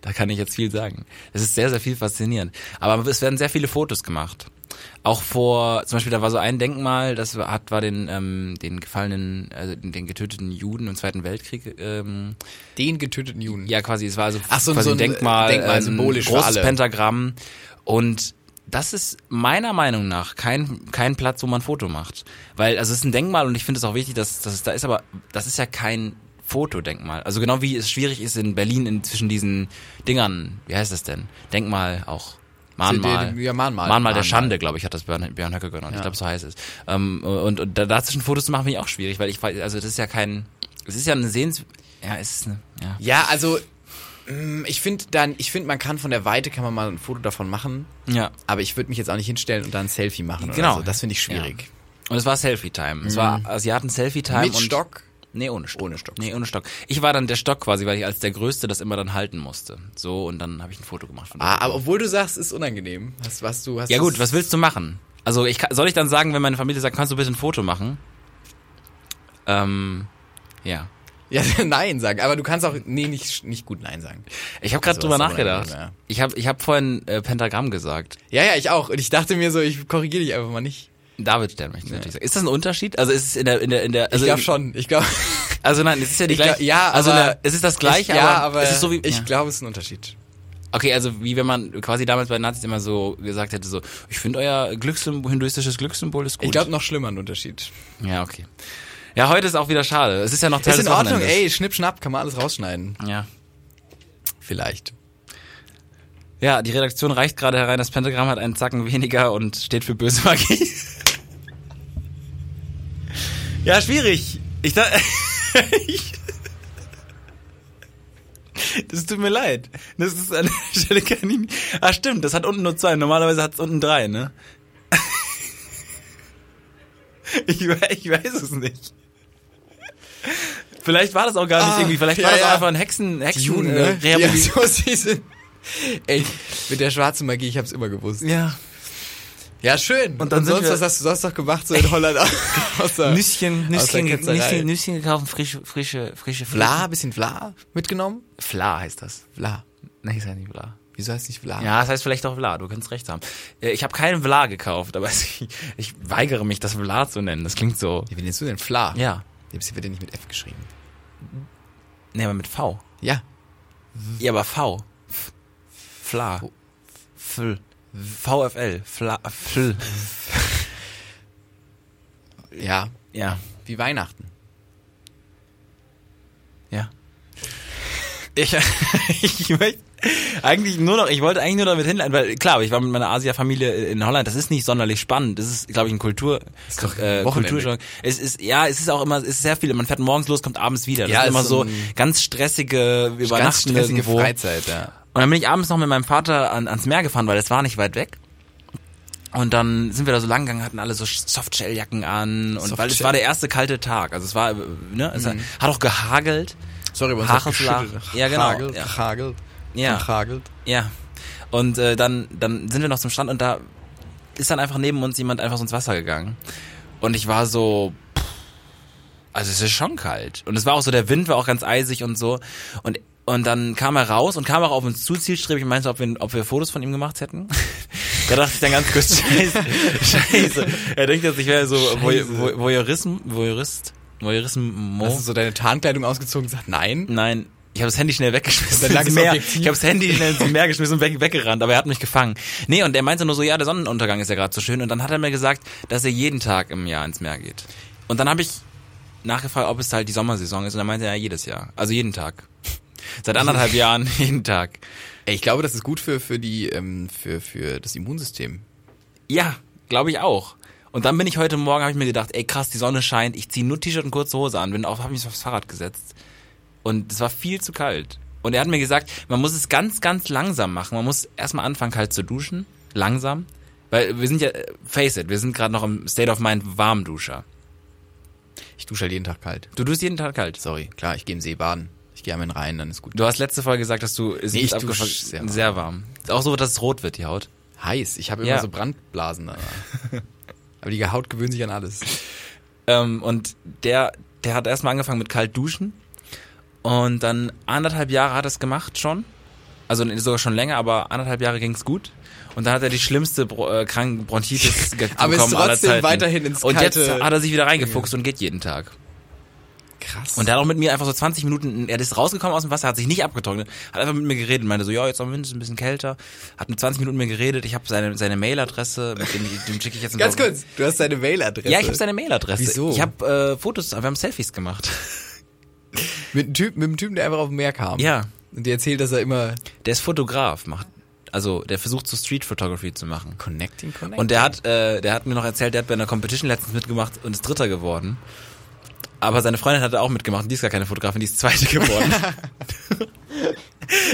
da kann ich jetzt viel sagen. Es ist sehr, sehr viel faszinierend. Aber es werden sehr viele Fotos gemacht. Auch vor, zum Beispiel, da war so ein Denkmal, das war- hat, war den, ähm, den gefallenen, also den, den getöteten Juden im Zweiten Weltkrieg, ähm, Den getöteten Juden. ja quasi, es war also Ach so, quasi so ein ein Denkmal, Denkmal, ähm, symbolisch für großes alle. Pentagramm. Und das ist meiner Meinung nach kein, kein Platz, wo man ein Foto macht. Weil, also es ist ein Denkmal und ich finde es auch wichtig, dass, dass es da ist, aber das ist ja kein Fotodenkmal. Also genau wie es schwierig ist in Berlin in, zwischen diesen Dingern, wie heißt das denn? Denkmal auch. Mahnmal. den- ja, Mahnmal. Mahnmal der Mahnmal. Schande, glaube ich, hat das Björn, Björn Höcke genannt. Ich glaube, so heißt es. Ähm, und, und da- dazwischen Fotos zu machen, finde ich auch schwierig, weil ich weiß, also das ist ja kein, es ist ja eine Sehens... Ja, es ist eine, ja. Ja, also, mm, ich finde dann, ich finde, man kann von der Weite, kann man mal ein Foto davon machen, Ja. aber ich würde mich jetzt auch nicht hinstellen und dann ein Selfie machen. Genau. Oder so. Das finde ich schwierig. Und es war Selfie-Time. Es war also, Asiaten-Selfie-Time. Mhm. Mit und- Stock? Nee, ohne Stock. Ohne Stock. Nee, ohne Stock. Ich war dann der Stock quasi, weil ich als der Größte das immer dann halten musste. So, und dann habe ich ein Foto gemacht von Ah, aber obwohl du sagst, ist unangenehm. Hast, was du hast. Ja gut, was willst du machen? Also ich, kann- soll ich dann sagen, wenn meine Familie sagt, kannst du bitte ein Foto machen? Ähm, ja. Ja, nein sagen. Aber du kannst auch, nee, nicht, nicht gut nein sagen. Ich habe gerade Also, drüber was ist unangenehm, nachgedacht. ja. Ich habe ich hab vorhin äh, Pentagramm gesagt. Ja, ja, ich auch. Und ich dachte mir so, ich korrigiere dich einfach mal nicht. David Stern möchte ich natürlich sagen. Ist das ein Unterschied? Also ist es in der in der in der Ich also glaube schon. Ich glaube. also nein, es ist ja die Ich glaub- gleiche ja, also aber- na, es ist das gleiche, ich, ja, aber, es ist so wie ich ja. glaube, es ist ein Unterschied. Okay, also wie wenn man quasi damals bei den Nazis immer so gesagt hätte, so, ich finde euer Glückssymbol, hinduistisches Glückssymbol ist gut. Ich glaube, noch schlimmer ein Unterschied. ja, okay. Ja, heute ist auch wieder schade. Es ist ja noch Teil Ist in des Ordnung, Wochenendes. ey. Schnipp, schnapp, kann man alles rausschneiden. Ja. Vielleicht. ja, die Redaktion reicht gerade herein, das Pentagramm hat einen Zacken weniger und steht für böse Magie. ja, schwierig. Ich da ich- Das tut mir leid. Das ist an der Stelle kann ich nicht. Ah, stimmt, das hat unten nur zwei. Normalerweise hat es unten drei, ne? Ich, we- ich weiß es nicht. Vielleicht war das auch gar nicht Ah, irgendwie. Vielleicht war ja, das auch ja. ne? einfach ein Hexen, Hexen, äh, Ja, Rehabilit- so sie sind. Ey, mit der schwarzen Magie, ich hab's immer gewusst. ja. Ja, schön. Und dann sind sonst, wir- was hast du sonst noch gemacht, so in Holland? außer, Nüsschen, Nüsschen, der Ketzerei. Nüsschen, Nüsschen gekauft, frische, frische, frische Vla, bisschen Vla mitgenommen? Fla heißt das. Vla. Nee, ist ja nicht Vla. Wieso heißt nicht Vla? Ja, das heißt vielleicht auch Vla, du kannst recht haben. Äh, Ich habe keinen Vla gekauft, aber ich, ich weigere mich, das Vla zu nennen. Das klingt so. Wie nennst du denn Vla? Ja. Jetzt wird ja nicht mit F geschrieben. Nee, aber mit V. Ja. Ja, aber V. F- Fla. Fl. VFL. Fla. Fl. Ja. Ja. Wie Weihnachten. Ja. Ich, ich möchte eigentlich nur noch, ich wollte eigentlich nur damit hinleiten, weil klar, ich war mit meiner Asia-Familie in Holland, das ist nicht sonderlich spannend. Das ist, glaube ich, ein Kultur, Ist doch äh, Wochenende. Kulturschock. Es ist, ja, es ist auch immer, es ist sehr viel. Man fährt morgens los, kommt abends wieder. Das Ja, ist ist immer so so ein- ganz stressige, wir Ganz übernachten stressige irgendwo. Freizeit, ja. Und dann bin ich abends noch mit meinem Vater an, ans Meer gefahren, weil das war nicht weit weg. Und dann sind wir da so lang gegangen, hatten alle so Softshelljacken an und weil es Softshell. Mhm. war der erste kalte Tag. Also es war, äh, ne, es hat auch gehagelt. Sorry, aber Haare flach. Ja, genau. Hagelt, Ja. hagelt. Ja. Hagelt. Ja. Und äh, dann, dann sind wir noch zum Strand und da ist dann einfach neben uns jemand einfach so ins Wasser gegangen. Und ich war so. pff, Also es ist schon kalt. Und es war auch so, der Wind war auch ganz eisig und so. Und, und dann kam er raus und kam auch auf uns zu, zielstrebig und meinte, ob wir, ob wir Fotos von ihm gemacht hätten. da dachte ich dann ganz kurz, scheiße, scheiße. Er denkt jetzt, ich wäre so Voy- Voy- Voyeurism, Voyeurist, Voyeurismo. Hast du so deine Tarnkleidung ausgezogen und gesagt, nein? Nein, ich habe das Handy schnell weggeschmissen. Dann lag ins es Meer. objektiv. Ich habe das Handy schnell ins Meer geschmissen und weg, weggerannt, aber er hat mich gefangen. Nee, und er meinte nur so, ja, der Sonnenuntergang ist ja gerade so schön. Und dann hat er mir gesagt, dass er jeden Tag im Jahr ins Meer geht. Und dann habe ich nachgefragt, ob es halt die Sommersaison ist. Und er meinte, ja, jedes Jahr. Also jeden Tag. Seit anderthalb Jahren jeden Tag. Ey, ich glaube, das ist gut für, für, die, ähm, für, für das Immunsystem. Ja, glaube ich auch. Und dann bin ich heute Morgen, habe ich mir gedacht, ey krass, die Sonne scheint, ich ziehe nur T-Shirt und kurze Hose an, bin auf, habe mich aufs Fahrrad gesetzt. Und es war viel zu kalt. Und er hat mir gesagt, man muss es ganz, ganz langsam machen. Man muss erstmal anfangen, kalt zu duschen. Langsam. Weil wir sind ja, äh, face it, wir sind gerade noch im State of Mind Warmduscher. Ich dusche halt jeden Tag kalt. Du duschst jeden Tag kalt. Sorry, klar, ich gehe im See baden. Ich gehe einmal in den Rhein, dann ist gut. Du hast letzte Folge gesagt, dass du es Nee, ist ich dusch abgefuckt- sehr warm. sehr warm. Ist Auch so, dass es rot wird, die Haut. Heiß, ich habe immer Ja. so Brandblasen da. Aber die Haut gewöhnt sich an alles. Ähm, und der, der hat erstmal angefangen mit kalt duschen. Und dann anderthalb Jahre hat er es gemacht schon. Also sogar schon länger, aber anderthalb Jahre ging's gut. Und dann hat er die schlimmste Bro äh, Krank Bronchitis ge- Aber ist bekommen aller trotzdem Zeiten. weiterhin ins Und jetzt kalte- hat er sich wieder reingefuchst und geht jeden Tag. Krass. Und er hat auch mit mir einfach so 20 Minuten, er ist rausgekommen aus dem Wasser, hat sich nicht abgetrocknet, hat einfach mit mir geredet, und meinte so, ja, jetzt am Wind ist es ein bisschen kälter, hat mit 20 Minuten mit mir geredet, ich habe seine, seine Mailadresse, mit dem, dem schicke ich jetzt Ganz kurz. kurz, du hast deine Mailadresse. Ja, ich habe seine Mailadresse. Äh, Wieso? Ich habe äh, Fotos, wir haben Selfies gemacht. mit, einem Typen, mit einem Typen, der einfach auf dem Meer kam. Ja. Und dir erzählt, dass er immer Der ist Fotograf, macht also der versucht so Street Photography zu machen. Connecting Connecting. Und der hat äh, der hat mir noch erzählt, der hat bei einer Competition letztens mitgemacht und ist Dritter geworden. Aber seine Freundin hat da auch mitgemacht und die ist gar keine Fotografin, die ist Zweite geworden.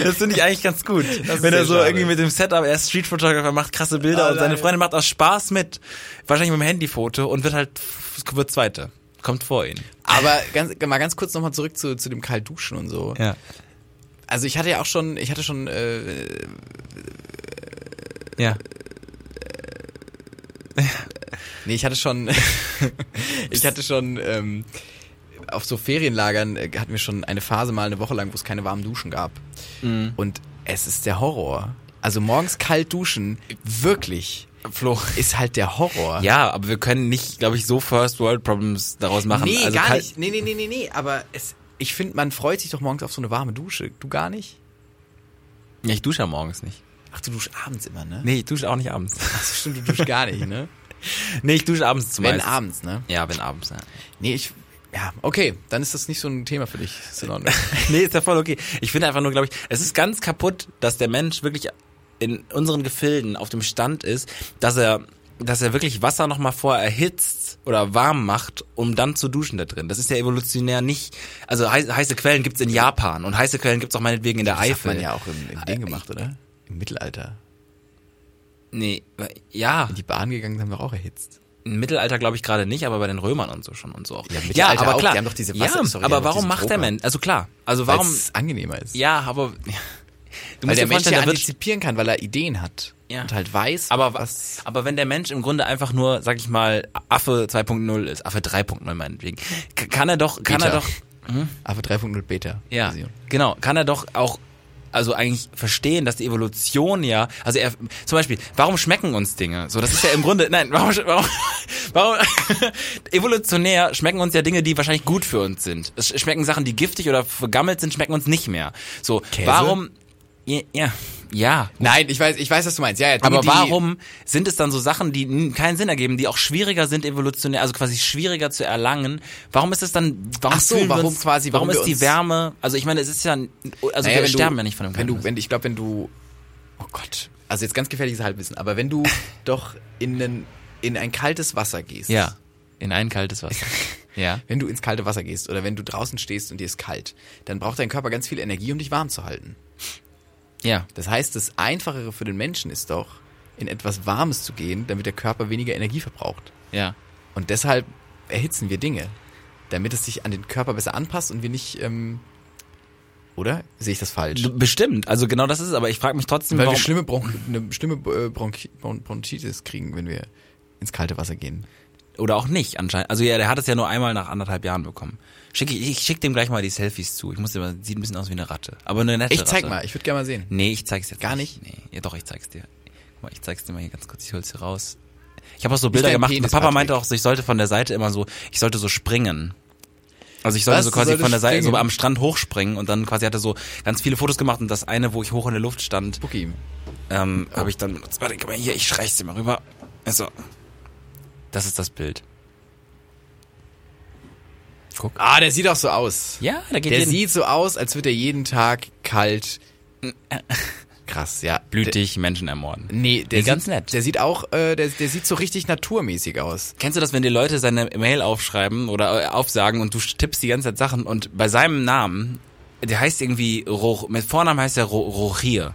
das finde ich eigentlich ganz gut. ist Wenn er sehr so schade. irgendwie mit dem Setup, er ist Street Photographer, macht krasse Bilder Ah, und seine nein. Freundin macht aus Spaß mit. Wahrscheinlich mit dem Handyfoto und wird halt, wird Zweite. Kommt vor ihn. Aber ganz, mal ganz kurz nochmal zurück zu, zu dem Kaltduschen und so. Ja. Also ich hatte ja auch schon, ich hatte schon äh, Ja. Nee, ich hatte schon, ich hatte schon ähm, auf so Ferienlagern äh, hatten wir schon eine Phase mal eine Woche lang, wo es keine warmen Duschen gab. Und es ist der Horror. Also morgens kalt duschen, wirklich, Flo. ist halt der Horror. Ja, aber wir können nicht, glaube ich, so First World Problems daraus machen. nee, also gar kal- nicht. Nee, nee, nee, nee, nee. Aber es, ich finde, man freut sich doch morgens auf so eine warme Dusche. Du gar nicht? Ja, ich dusche ja morgens nicht. Ach, du duschst abends immer, ne? Nee, ich dusche auch nicht abends. Ach, so, stimmt, du duschst gar nicht, ne? nee, ich dusche abends zumeist. Wenn abends, ne? Ja, wenn abends, ja. Nee, ich, ja, okay, dann ist das nicht so ein Thema für dich. Ist in Ordnung. nee, ist ja voll okay. Ich finde einfach nur, glaube ich, es ist ganz kaputt, dass der Mensch wirklich in unseren Gefilden auf dem Stand ist, dass er dass er wirklich Wasser nochmal vorher erhitzt oder warm macht, um dann zu duschen da drin. Das ist ja evolutionär nicht. Also heiße, heiße Quellen gibt's in Japan und heiße Quellen gibt's auch meinetwegen in der Das hat Eifel. Äh, man ja auch im, im Ding gemacht, oder? Im Mittelalter. Nee, ja. In die Bahn gegangen sind, haben wir auch erhitzt. Im Mittelalter glaube ich gerade nicht, aber bei den Römern und so schon und so auch. Ja, Mittelalter auch, die haben doch diese Wasser- ja, sorry, die haben aber doch warum diesen macht der Drucker. Mensch? Also klar, also Weil warum? es angenehmer ist. ja, aber ja. du Weil musst der dir Mensch vorstellen, ja der wird, antizipieren kann, weil er Ideen hat. Ja. Und halt weiß, aber was... was? Aber wenn der Mensch im Grunde einfach nur, sag ich mal, Affe 2.0 ist, Affe 3.0 meinetwegen, k- kann er doch, kann er Beta. doch, Aber 3.0 Beta. Also, ja, Version. genau, kann er doch auch also eigentlich verstehen, dass die Evolution ja, also er, zum Beispiel, warum schmecken uns Dinge? So, das ist ja im Grunde, nein, warum, sch- warum, warum, evolutionär schmecken uns ja Dinge, die wahrscheinlich gut für uns sind. Es schmecken Sachen, die giftig oder vergammelt sind, schmecken uns nicht mehr. So, Käse? warum, ja, ja, ja. Nein, ich weiß, ich weiß, was du meinst. Ja, ja, Dinge, Aber die- warum sind es dann so Sachen, die n- keinen Sinn ergeben, die auch schwieriger sind evolutionär, also quasi schwieriger zu erlangen? Warum ist es dann, warum Ach so, fühlen wir warum uns, quasi, warum warum ist wir die uns- Wärme, also ich meine, es ist ja, n- also Naja, wir wenn du- sterben ja nicht von dem wenn du, Kalten. wenn Ich glaube, wenn du... Oh Gott. Also jetzt ganz gefährliches Halbwissen. Aber wenn du doch in, einen, in ein kaltes Wasser gehst... Ja, in ein kaltes Wasser. ja. Wenn du ins kalte Wasser gehst oder wenn du draußen stehst und dir ist kalt, dann braucht dein Körper ganz viel Energie, um dich warm zu halten. Ja. Das heißt, das Einfachere für den Menschen ist doch, in etwas Warmes zu gehen, damit der Körper weniger Energie verbraucht. Ja. Und deshalb erhitzen wir Dinge, damit es sich an den Körper besser anpasst und wir nicht, ähm, oder? Sehe ich das falsch? Du- Bestimmt, also genau das ist es, aber ich frage mich trotzdem, Weil wir warum. schlimme Bronch eine schlimme äh, Bronchi Bron- Bronchitis kriegen, wenn wir ins kalte Wasser gehen. Oder auch nicht anscheinend. Also ja, der hat es ja nur einmal nach anderthalb Jahren bekommen. Schick, ich, ich schick dem gleich mal die Selfies zu. Ich muss dir mal, sieht ein bisschen aus wie eine Ratte. Aber eine nette Ich zeig Ratte. mal, ich würde gerne mal sehen. Nee, ich zeig's jetzt Gar Nee, ja, doch, ich zeig's dir. Guck mal, ich zeig's dir mal hier ganz kurz, ich hol's hier raus. Ich habe auch so Bilder dein gemacht. Penis, Papa Patrick. meinte auch, so, ich sollte von der Seite immer so, ich sollte so springen. Also ich sollte Was? so Du quasi solltest von der Seite so springen? am Strand hochspringen und dann quasi hat er so ganz viele Fotos gemacht und das eine, wo ich hoch in der Luft stand, Guck ihm. ähm, habe ich dann benutzt. Warte, guck mal hier, ich streich's dir mal rüber. Also, das ist das Bild. guck. Ah, der sieht auch so aus. Ja, da geht Der jeden. sieht so aus, als wird er jeden Tag kalt. Äh, Krass, ja. blütig Menschen ermorden. Der, nee, der Nee, ganz sieht, nett. Der sieht auch, äh, der, der sieht so richtig naturmäßig aus. Kennst du das, wenn die Leute seine Mail aufschreiben oder äh, aufsagen und du tippst die ganze Zeit Sachen und bei seinem Namen, der heißt irgendwie Roch, mit Vornamen heißt er Ro- Rochir.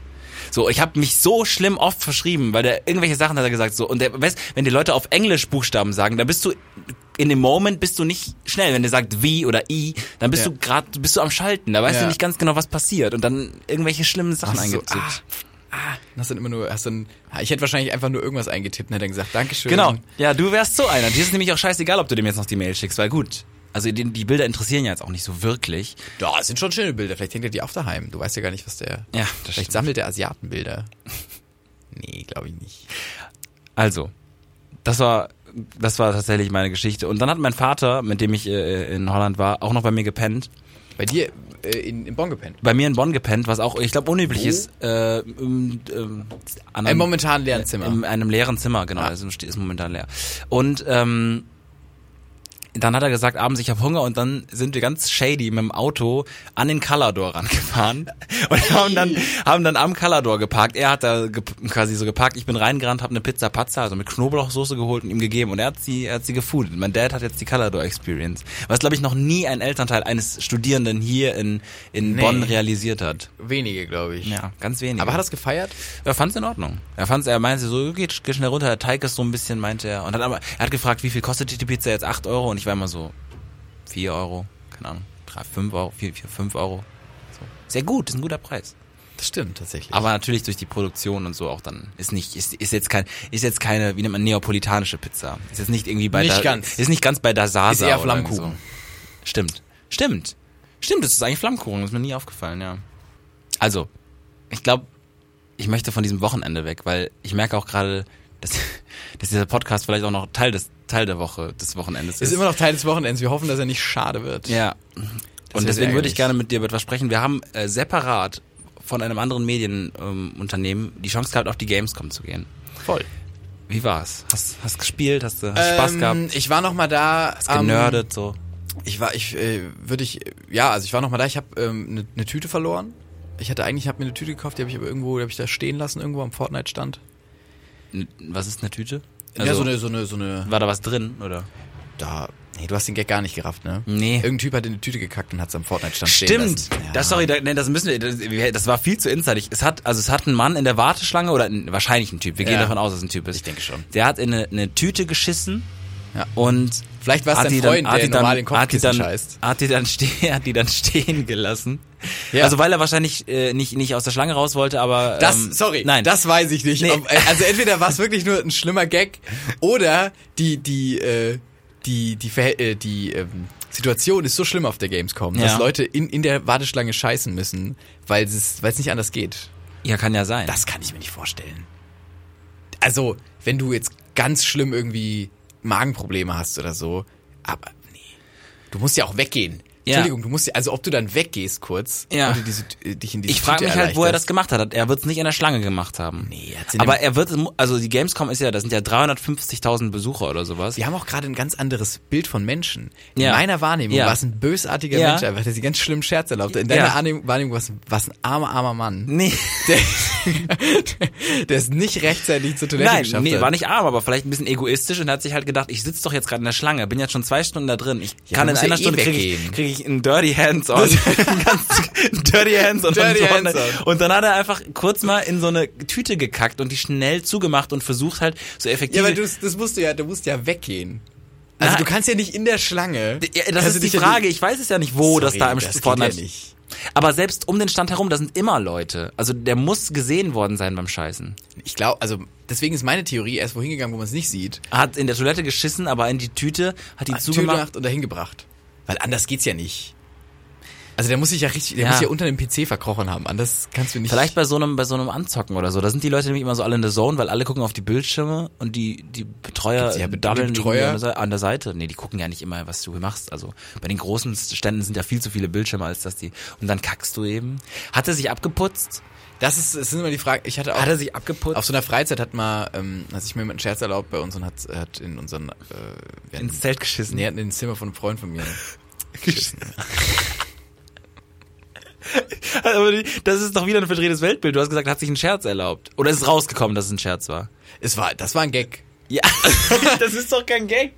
So, ich habe mich so schlimm oft verschrieben, weil der irgendwelche Sachen hat er gesagt so und der weißt, wenn die Leute auf Englisch Buchstaben sagen, dann bist du in dem Moment bist du nicht schnell, wenn der sagt wie oder i, dann bist Ja. du gerade bist du am Schalten, da weißt Ja. du nicht ganz genau, was passiert und dann irgendwelche schlimmen Sachen Hast du- eingetippt. Hast dann immer nur, hast dann, ich hätte wahrscheinlich einfach nur irgendwas eingetippt und hätte dann gesagt, Dankeschön. Genau. Ja, du wärst so einer. Dir ist es nämlich auch scheißegal, ob du dem jetzt noch die Mail schickst, weil gut. Also die, die Bilder interessieren ja jetzt auch nicht so wirklich. Ja, es sind schon schöne Bilder. Vielleicht hängt er die auch daheim. Du weißt ja gar nicht, was der. Ja, das Vielleicht stimmt. sammelt der Asiatenbilder. Nee, glaube ich nicht. Also, das war das war tatsächlich meine Geschichte. Und dann hat mein Vater, mit dem ich äh, in Holland war, auch noch bei mir gepennt. Bei dir äh, in, in Bonn gepennt. Bei mir in Bonn gepennt, was auch, ich glaube, unüblich Wo? ist. Äh, im, ähm, an Im einem- momentanen leeren Zimmer. In einem leeren Zimmer, genau. Ah. Also steht- ist momentan leer. Und ähm, dann hat er gesagt, abends, ich habe Hunger und dann sind wir ganz shady mit dem Auto an den Calador rangefahren und haben dann, haben dann am Calador geparkt. Er hat da gep- quasi so geparkt, ich bin reingerannt, habe eine Pizza Pazza, also mit Knoblauchsoße geholt und ihm gegeben und er hat sie, er hat sie gefoodet. Mein Dad hat jetzt die Calador Experience, was glaube ich noch nie ein Elternteil eines Studierenden hier in, in Nee. Bonn realisiert hat. Wenige, glaube ich. Ja, ganz wenig. Aber hat er es gefeiert? Er fand's in Ordnung. Er fand's, er meinte so, geht, geht schnell runter, der Teig ist so ein bisschen, meinte er. Und hat aber, er hat gefragt, wie viel kostet die Pizza jetzt? 8 Euro? Und ich war immer so, 4 Euro, keine Ahnung, 3, 5 Euro, 4, 4, 5 Euro. So. Sehr gut, ist ein guter Preis. Das stimmt, tatsächlich. Aber natürlich durch die Produktion und so auch dann ist nicht, ist, ist jetzt kein, ist jetzt keine, wie nennt man, neapolitanische Pizza. Ist jetzt nicht irgendwie bei Nicht da, ganz. Ist nicht ganz bei da Sasa Ist eher oder Flammkuchen. irgend So. Stimmt. Stimmt. Stimmt, das ist eigentlich Flammkuchen, das ist mir nie aufgefallen, ja. Also, ich glaube, ich möchte von diesem Wochenende weg, weil ich merke auch gerade, dass, dass dieser Podcast vielleicht auch noch Teil des Teil der Woche des Wochenendes ist. ist immer noch Teil des Wochenends. Wir hoffen, dass er nicht schade wird. ja. Und sehr deswegen würde ich ärgerlich. gerne mit dir über etwas sprechen. Wir haben äh, separat von einem anderen Medienunternehmen ähm, Unternehmen die Chance gehabt, auf die Gamescom zu gehen. Voll. Ähm, Wie war's? Hast hast gespielt? Hast, du- hast Spaß gehabt? Ich war noch mal da. am- Genördet so? Ich war, ich äh, würde ich, ja, also ich war noch mal da. Ich habe eine ähm, ne- ne Tüte verloren. Ich hatte eigentlich, ich habe mir eine Tüte gekauft, die habe ich aber irgendwo, die habe ich da stehen lassen irgendwo am Fortnite Stand. N- Was ist eine Tüte? Also, ja, so eine, so eine, so eine. war da was drin oder? Also Da, nee, du hast den Gag gar nicht gerafft, ne? Nee. Irgendein Typ hat in eine Tüte gekackt und hat es am Fortnite Stand stehen lassen. Stimmt. Das sorry, da, nee, das müssen wir das, wir- das war viel zu insidig. Es hat also es hat ein Mann in der Warteschlange oder ein, wahrscheinlich ein Typ. Wir gehen Ja. davon aus, dass es ein Typ ist. Ich denke schon. Der hat in eine, eine Tüte geschissen. Ja. Und Vielleicht war es hat dein die Freund, hat der die dann- normal den hat die Kopfkissen dann- scheißt. Hat die dann stehen, hat die dann stehen gelassen. Ja. Also weil er wahrscheinlich äh, nicht nicht aus der Schlange raus wollte, aber Das, ähm, sorry, nein, das weiß ich nicht. Nee. Ob, äh, also entweder war es wirklich nur ein schlimmer Gag oder die die äh, die die Verhält- äh, die ähm, Situation ist so schlimm auf der Gamescom, dass Ja. Leute in, in der Warteschlange scheißen müssen, weil es weil es nicht anders geht. ja kann ja sein. Das kann ich mir nicht vorstellen. Also wenn du jetzt ganz schlimm irgendwie Magenprobleme hast oder so, aber nee, du musst ja auch weggehen. Ja. Entschuldigung, du musst ja, also ob du dann weggehst kurz Ja. und dir diese, äh, dich in diese ich frage Tüte mich halt, wo er erleichterst. das gemacht hat. Er wird es nicht in der Schlange gemacht haben. Nee, er hat's in aber dem- er wird, es mu- also die Gamescom ist ja, das sind ja 350.000 Besucher oder sowas. Wir haben auch gerade ein ganz anderes Bild von Menschen. In Ja. meiner Wahrnehmung Ja. war es ein bösartiger Ja. Mensch, einfach, der sich ganz schlimmen Scherz erlaubte. In deiner Ja. Ahnung- Wahrnehmung war es, war es ein armer, armer Mann, Nee. der es nicht rechtzeitig zur Toilette Nein, geschafft nee, hat. war nicht arm, aber vielleicht ein bisschen egoistisch und hat sich halt gedacht, ich sitze doch jetzt gerade in der Schlange, bin jetzt schon zwei Stunden da drin. Ich kann in du musst einer ja eh Stunde kriege ich, weggehen. krieg ich ein Dirty Hands on. Ein ganz Dirty Hands on. Dirty und, so. Hands on. und dann hat er einfach kurz mal in so eine Tüte gekackt und die schnell zugemacht und versucht halt so effektiv. ja, aber du, das musst du ja, du musst ja weggehen. Also Na, du kannst ja nicht in der Schlange. ja, das kannst ist du die dich ja Frage. Also nicht- Ich weiß es ja nicht, wo das Sorry, da im geht Fortnite ja nicht. Aber selbst um den Stand herum, da sind immer Leute. Also der muss gesehen worden sein beim Scheißen. Ich glaube, also deswegen ist meine Theorie, er ist wohin gegangen, wo man es nicht sieht, Er hat in der Toilette geschissen, aber in die Tüte, hat die hat die Tür zugemacht. gemacht und dahin gebracht. Weil anders geht's ja nicht. Also der muss sich ja richtig, der Ja. muss ja unter dem PC verkrochen haben. Anders kannst du nicht. Vielleicht bei so einem, bei so einem Anzocken oder so. Da sind die Leute nämlich immer so alle in der Zone, weil alle gucken auf die Bildschirme und die, die Betreuer Gibt's ja die irgendwie Betreuer? an, der Seite, an der Seite. Nee, die gucken ja nicht immer, was du machst. Also bei den großen Ständen sind ja viel zu viele Bildschirme, als dass die. Und dann kackst du eben. Hat er sich abgeputzt? Das ist, das sind immer die Fragen. Ich hatte auch Hat er sich abgeputzt? auf so einer Freizeit hat mal, ähm, hat sich mir jemand einen Scherz erlaubt bei uns und hat, hat in unseren, äh, wir hatten, ins Zelt geschissen. nee, hatten in ein Zimmer von einem Freund von mir Geschissen. Also, Aber die- das ist doch wieder ein verdrehtes Weltbild. Du hast gesagt, er hat sich einen Scherz erlaubt. Oder ist es rausgekommen, dass es ein Scherz war? Es war, das war ein Gag. Ja. das ist doch kein Gag.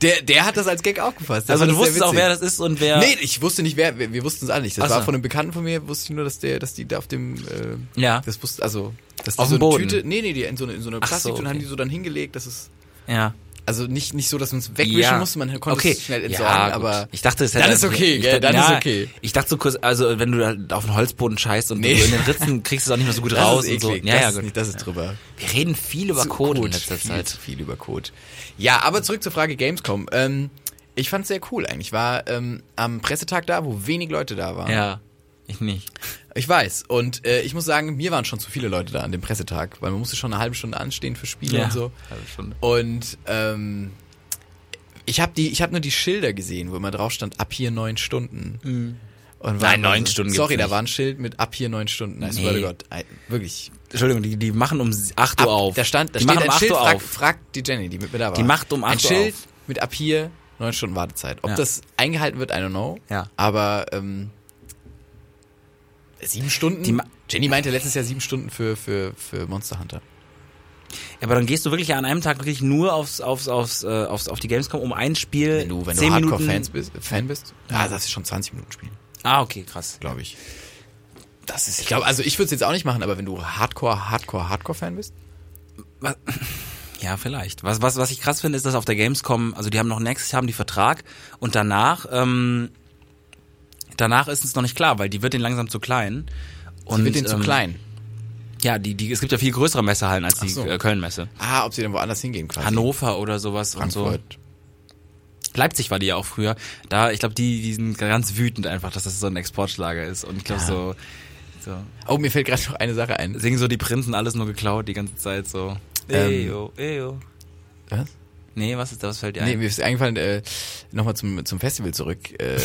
Der, der hat das als Gag aufgefasst. Der Also fand du das wusstest sehr auch, witzig. wer das ist und wer. Nee, ich wusste nicht, wer, wir, wir wussten es alle nicht. Das Ach war so. von einem Bekannten von mir, wusste ich nur, dass der, dass die da auf dem, äh, Ja. das wusste, also, dass die Auf so dem eine Boden. Tüte, nee, nee, die in so eine, in so eine Ach so, Plastik und haben okay. die so dann hingelegt, das ist, ja. also nicht, nicht so, dass man es wegwischen Ja. musste, man konnte okay. es schnell entsorgen, ja, gut. aber ich dachte, es Dann hätte also- ist okay, ich, gell, dachte- dann ist ja, okay. Ich dachte so kurz, also wenn du da auf den Holzboden scheißt und Nee. du in den Ritzen kriegst du es auch nicht mehr so gut das raus ist und so. eklig, Ja, das ja, ist gut. nicht, das ist drüber. Wir reden viel über Zu Code in Code, letzter viel, Zeit. zu viel über Code. Ja, aber zurück zur Frage Gamescom. Ähm, ich fand's sehr cool eigentlich. Ich war ähm, am Pressetag da, wo wenig Leute da waren. Ja, ich nicht. Ich weiß. Und äh, ich muss sagen, mir waren schon zu viele Leute da an dem Pressetag, weil man musste schon eine halbe Stunde anstehen für Spiele Ja. Also und so. Halbe Stunde. Und ähm, ich habe die, ich habe nur die Schilder gesehen, wo immer drauf stand, ab hier neun Stunden. Und war Mhm. Nein, immer neun Stunden Sorry, gibt's da nicht. war ein Schild mit ab hier neun Stunden. I Nee. swear to God. I, wirklich. Entschuldigung, die, die machen um 8 Ab, Uhr auf. Da stand, da die steht machen ein um 8 Schild, Uhr frag, auf. frag die Jenny, die mit mir da war. Die macht um Ein 8 Uhr Schild auf. mit ab hier neun Stunden Wartezeit. Ob Ja. das eingehalten wird, I don't know. Ja. Aber ähm, sieben Stunden. Die ma- Jenny meinte letztes Jahr sieben Stunden für, für, für Monster Hunter. Ja, aber dann gehst du wirklich an einem Tag wirklich nur aufs, aufs, aufs, äh, aufs, auf die Gamescom, um ein Spiel. Wenn du, wenn du 10 Minuten- Hardcore-Fan bist, Fan bist ah, darfst du schon 20 Minuten spielen, Ah, okay, krass. glaube ich. Das ist, ich glaube, also ich würde es jetzt auch nicht machen, aber wenn du Hardcore, Hardcore, Hardcore-Fan bist, Was- Ja, vielleicht. Was, was, was ich krass finde, ist, dass auf der Gamescom, also die haben noch nächstes Jahr haben die Vertrag und danach, ähm, danach ist es noch nicht klar, weil die wird den langsam zu klein. Und, die wird denen zu ähm, klein. Ja, die, die, es gibt ja viel größere Messehallen als die so. äh, Köln-Messe. Ah, ob sie dann woanders hingehen quasi. Hannover oder sowas und so. Frankfurt. Leipzig war die ja auch früher. Da, ich glaube, die, die sind ganz wütend einfach, dass das so ein Exportschlager ist. Und ich glaube, Ja. so, so Oh, mir fällt gerade noch eine Sache ein. singen so die Prinzen alles nur geklaut die ganze Zeit so. Ähm. Eyo, eyo. Was? Nee, was ist das? Was fällt dir Nee, ein? mir ist eingefallen, äh, nochmal zum, zum Festival zurück. Äh,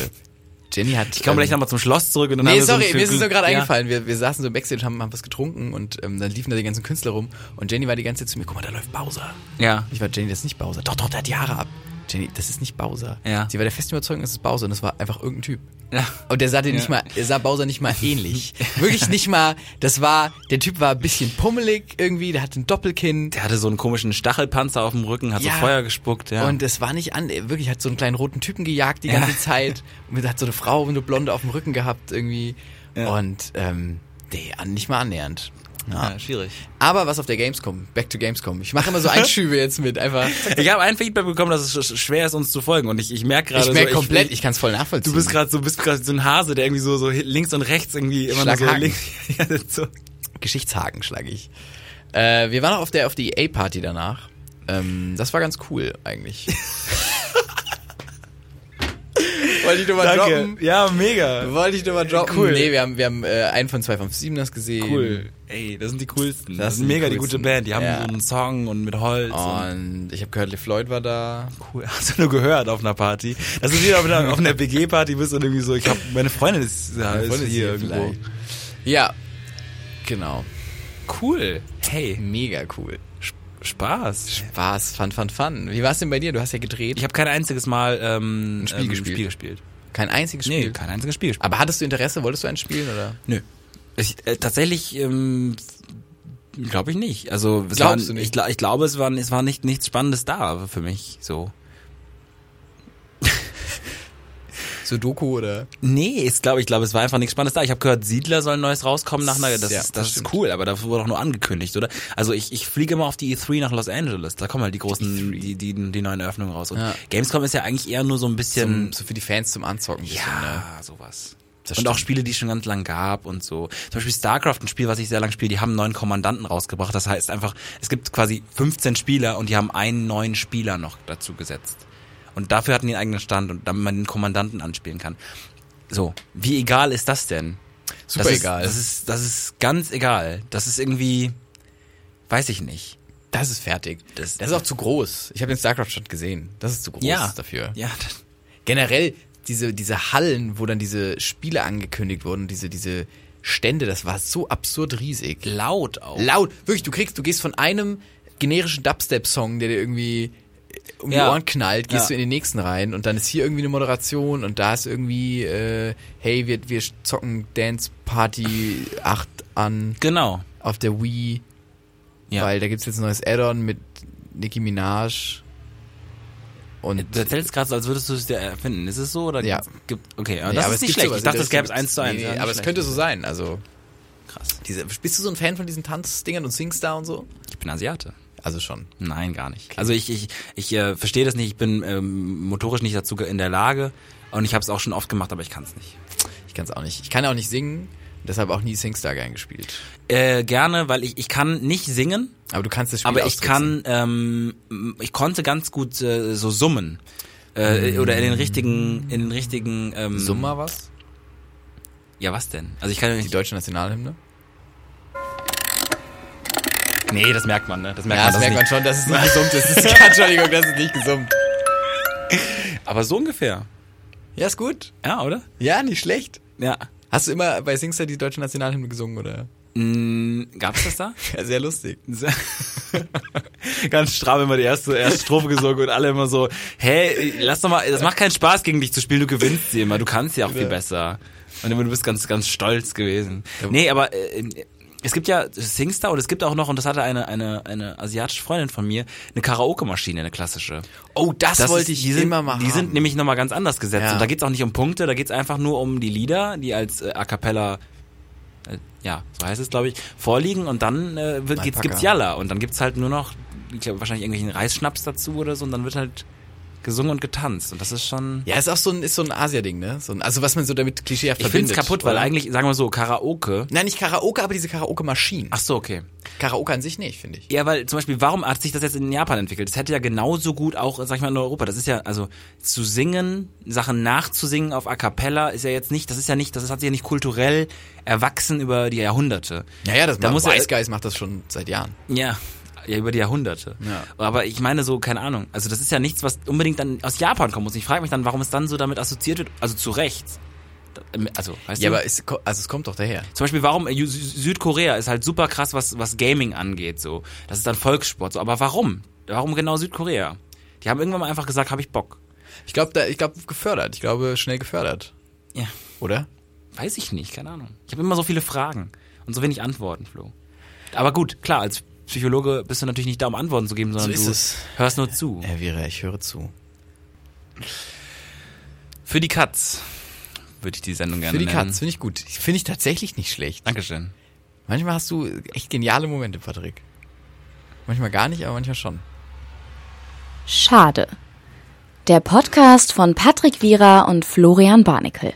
Jenny hat. ich komme gleich nochmal zum Schloss zurück und dann haben wir Ähm. Nee, so sorry, ein mir ist es Stück- nur gerade Ja. eingefallen. Wir, wir saßen so im Backstage, haben, haben was getrunken und ähm, dann liefen da die ganzen Künstler rum. Und Jenny war die ganze Zeit zu mir, guck mal, da läuft Bowser. Ja. Ich war Jenny, das ist nicht Bowser. Doch, doch, der hat die Haare ab. Jenny, das ist nicht Bowser. Ja. Sie war der festen Überzeugung, das ist Bowser und das war einfach irgendein Typ. Ja. Und der sah den Ja. nicht mal, er sah Bowser nicht mal ähnlich. Wirklich nicht mal, das war, der Typ war ein bisschen pummelig irgendwie, der hatte ein Doppelkinn. Der hatte so einen komischen Stachelpanzer auf dem Rücken, hat Ja. so Feuer gespuckt, ja. Und äh, es war nicht an, er wirklich hat so einen kleinen roten Typen gejagt die ganze Ja. Zeit. Und hat so eine Frau und eine Blonde auf dem Rücken gehabt irgendwie. Ja. Und ähm, nee, an, nicht mal annähernd. Ja. ja, schwierig. Aber was auf der Gamescom, back to Gamescom. Ich mache immer so Einschübe jetzt mit, einfach. Ich habe ein Feedback bekommen, dass es sch- sch- schwer ist, uns zu folgen. Und ich, ich merke gerade Ich merke so, komplett, ich, kann es voll nachvollziehen. Du bist gerade so, bist gerade so ein Hase, der irgendwie so, so links und rechts irgendwie immer nur so Schlaghaken. links. Ja, das ist so. Geschichtshaken schlage ich. Äh, wir waren auch auf der auf die EA Party danach. Ähm, das war ganz cool eigentlich. Wollte ich nur mal droppen. Ja, mega. Wollte ich nur mal droppen. Cool. Nee, wir haben wir haben äh, einen von 257ers gesehen. Cool. Ey, das sind die coolsten. Das, Das ist sind die mega die coolsten. gute Band. Die haben Ja. Oh. so einen Song und mit Holz. Und Und ich habe gehört, LeFloid war da. cool. Hast du nur gehört auf einer Party? Das ist wieder auf einer, auf einer BG-Party bist und irgendwie so, ich hab, meine Freundin ist, ja, Meine Freundin ist hier ist hier irgendwo. vielleicht. Ja. Genau. Cool. Hey, Mega cool. Spaß. Spaß, fun, fun, fun. Wie war es denn bei dir? Du hast ja gedreht. Ich habe kein einziges Mal ähm, Ein Spiel ähm, gespielt. Spiel gespielt. kein einziges Nee, Spiel. kein einziges Spiel gespielt. Aber hattest du Interesse? Wolltest du eins spielen oder? Nö. Ich, äh, tatsächlich ähm, glaube ich nicht. Also es waren- Glaubst du nicht? Ich, gla- ich glaube, es war, es war nicht, nichts Spannendes da für mich. So. Sudoku oder? Nee, ich glaube, ich glaube, es war einfach nichts Spannendes da. Ich habe gehört, Siedler soll ein neues rauskommen nach einer. Das, Ja, ist, das das ist stimmt. cool, aber da wurde auch nur angekündigt, oder? Also ich, ich fliege immer auf die E3 nach Los Angeles. Da kommen halt die großen, die, die, die neuen Eröffnungen raus. Und E Ja. Gamescom ist ja eigentlich eher nur so ein bisschen. Zum, so für die Fans zum Anzocken. ein bisschen, ne? ja, sowas. Das und auch stimmt. Spiele, die es schon ganz lang gab und so. Zum Beispiel StarCraft, ein Spiel, was ich sehr lang spiele, die haben einen neuen Kommandanten rausgebracht. Das heißt einfach, es gibt quasi 15 Spieler und die haben einen neuen Spieler noch dazu gesetzt. Und dafür hatten die einen eigenen Stand und damit man den Kommandanten anspielen kann. So, wie egal ist das denn? Super das egal. Ist, das, ist, das ist ganz egal. Das ist irgendwie, weiß ich nicht. Das ist fertig. Das- Das, ist auch zu groß. Ich habe den StarCraft schon gesehen. Das ist zu groß dafür. Ja, Generell diese, diese Hallen, wo dann diese Spiele angekündigt wurden, diese, diese Stände, das war so absurd riesig. laut auch. Laut. Wirklich, du kriegst, du gehst von einem generischen Dubstep-Song, der dir irgendwie um Ja. die Ohren knallt, gehst Ja. du in den nächsten rein und dann ist hier irgendwie eine Moderation und da ist irgendwie, äh, hey, wir, wir zocken Dance Party 8 an Genau. auf der Wii, Ja. weil da gibt's jetzt ein neues Add-on mit Nicki Minaj und Du erzählst gerade so, als würdest du es dir erfinden. Ist es so? Oder Ja. Gibt, okay, aber Nee, Ah, das aber ist es nicht gibt schlecht. sowas. Ich dachte, Das es gäbe es gibt's- eins zu eins. Nee, Ja, nee, nicht aber es schlecht. könnte so sein, also Krass. diese, bist du so ein Fan von diesen Tanzdingern und Singstar und so? Ich bin Asiate. Also schon. Nein, gar nicht. Also ich, ich, ich äh, verstehe das nicht. Ich bin ähm, motorisch nicht dazu in der Lage. Und ich habe es auch schon oft gemacht, aber ich kann es nicht. Ich kann's auch nicht. Ich kann auch nicht singen, deshalb auch nie Singstar gern gespielt. Äh, gerne, weil ich, ich kann nicht singen, Aber du kannst das Spiel aber ich austricksen. kann, ähm, ich konnte ganz gut äh, so summen. Äh, Oder in den richtigen, in den richtigen ähm, Summ mal was? Ja, was denn? Also ich kann ja Die nicht. deutsche Nationalhymne? Nee, das merkt man, ne? Das merkt man, Ja, das dass es merkt man nicht- schon, dass es nicht gesummt ist. Das ist Entschuldigung, das ist nicht gesummt. Aber so ungefähr. Ja, ist gut. Ja, oder? Ja, nicht schlecht. Ja. Hast du immer bei Singstar die deutsche Nationalhymne gesungen, oder? Mm, gab's das da? Ja, sehr lustig. Ganz stramm immer die erste, erste Strophe gesungen und alle immer so, hey, lass doch mal, das macht keinen Spaß gegen dich zu spielen, du gewinnst sie immer, du kannst sie auch viel besser. Und immer, du bist ganz, ganz stolz gewesen. Nee, aber äh, es gibt ja Singstar und es gibt auch noch, und das hatte eine, eine, eine asiatische Freundin von mir, eine Karaoke-Maschine, eine klassische. Oh, das, wollte ist- ich die sind, immer machen. Die sind nämlich nochmal ganz anders gesetzt. Ja. Und da geht's auch nicht um Punkte, da geht's einfach nur um die Lieder, die als äh, A Cappella, äh, ja, so heißt es, glaube ich, vorliegen. Und dann äh, wird, Mein geht's, Packer. gibt's Jalla. Und dann gibt's halt nur noch, ich glaube, wahrscheinlich irgendwelchen Reisschnaps dazu oder so. Und dann wird halt gesungen und getanzt. Und das ist schon... ja, ist auch so ein, ist so ein Asia-Ding, ne? So ein, also was man so damit klischeehaft ich verbindet. finde es kaputt, weil oder? eigentlich, sagen wir so, Karaoke... Nein, nicht Karaoke, aber diese Karaoke-Maschinen. Ach so, okay. Karaoke an sich nicht, finde ich. Ja, weil zum Beispiel, warum hat sich das jetzt in Japan entwickelt? Das hätte ja genauso gut auch, sag ich mal, in Europa. Das ist ja, also zu singen, Sachen nachzusingen auf A cappella ist ja jetzt nicht, das ist ja nicht, das hat sich ja nicht kulturell erwachsen über die Jahrhunderte. Ja, ja, das Da da muss muss ja- Ice Guys macht das schon seit Jahren. Ja. Ja, über die Jahrhunderte. Ja. Aber ich meine so, keine Ahnung. Also das ist ja nichts, was unbedingt dann aus Japan kommen muss. Ich frage mich dann, warum es dann so damit assoziiert wird. Also zu Recht. Also, weißt Ja, du? aber es, ko- also es kommt doch daher. Zum Beispiel, warum äh, Sü- Südkorea ist halt super krass, was, was Gaming angeht, so. Das ist dann Volkssport, so. Aber warum? Warum genau Südkorea? Die haben irgendwann mal einfach gesagt, habe ich Bock. Ich glaube, da, ich glaube gefördert. Ich glaube schnell gefördert, Ja, oder? weiß ich nicht, keine Ahnung. Ich habe immer so viele Fragen und so wenig Antworten, Flo. Aber gut, klar, als Psychologe bist du natürlich nicht da, um Antworten zu geben, sondern So ist du es. hörst nur zu. Herr Wira, ich höre zu. Für die Katz würde ich die Sendung gerne Für die nennen. Katz finde ich gut. Finde ich tatsächlich nicht schlecht. Dankeschön. Manchmal hast du echt geniale Momente, Patrick. Manchmal gar nicht, aber manchmal schon. Schade. Der Podcast von Patrick Wierer und Florian Barnikel.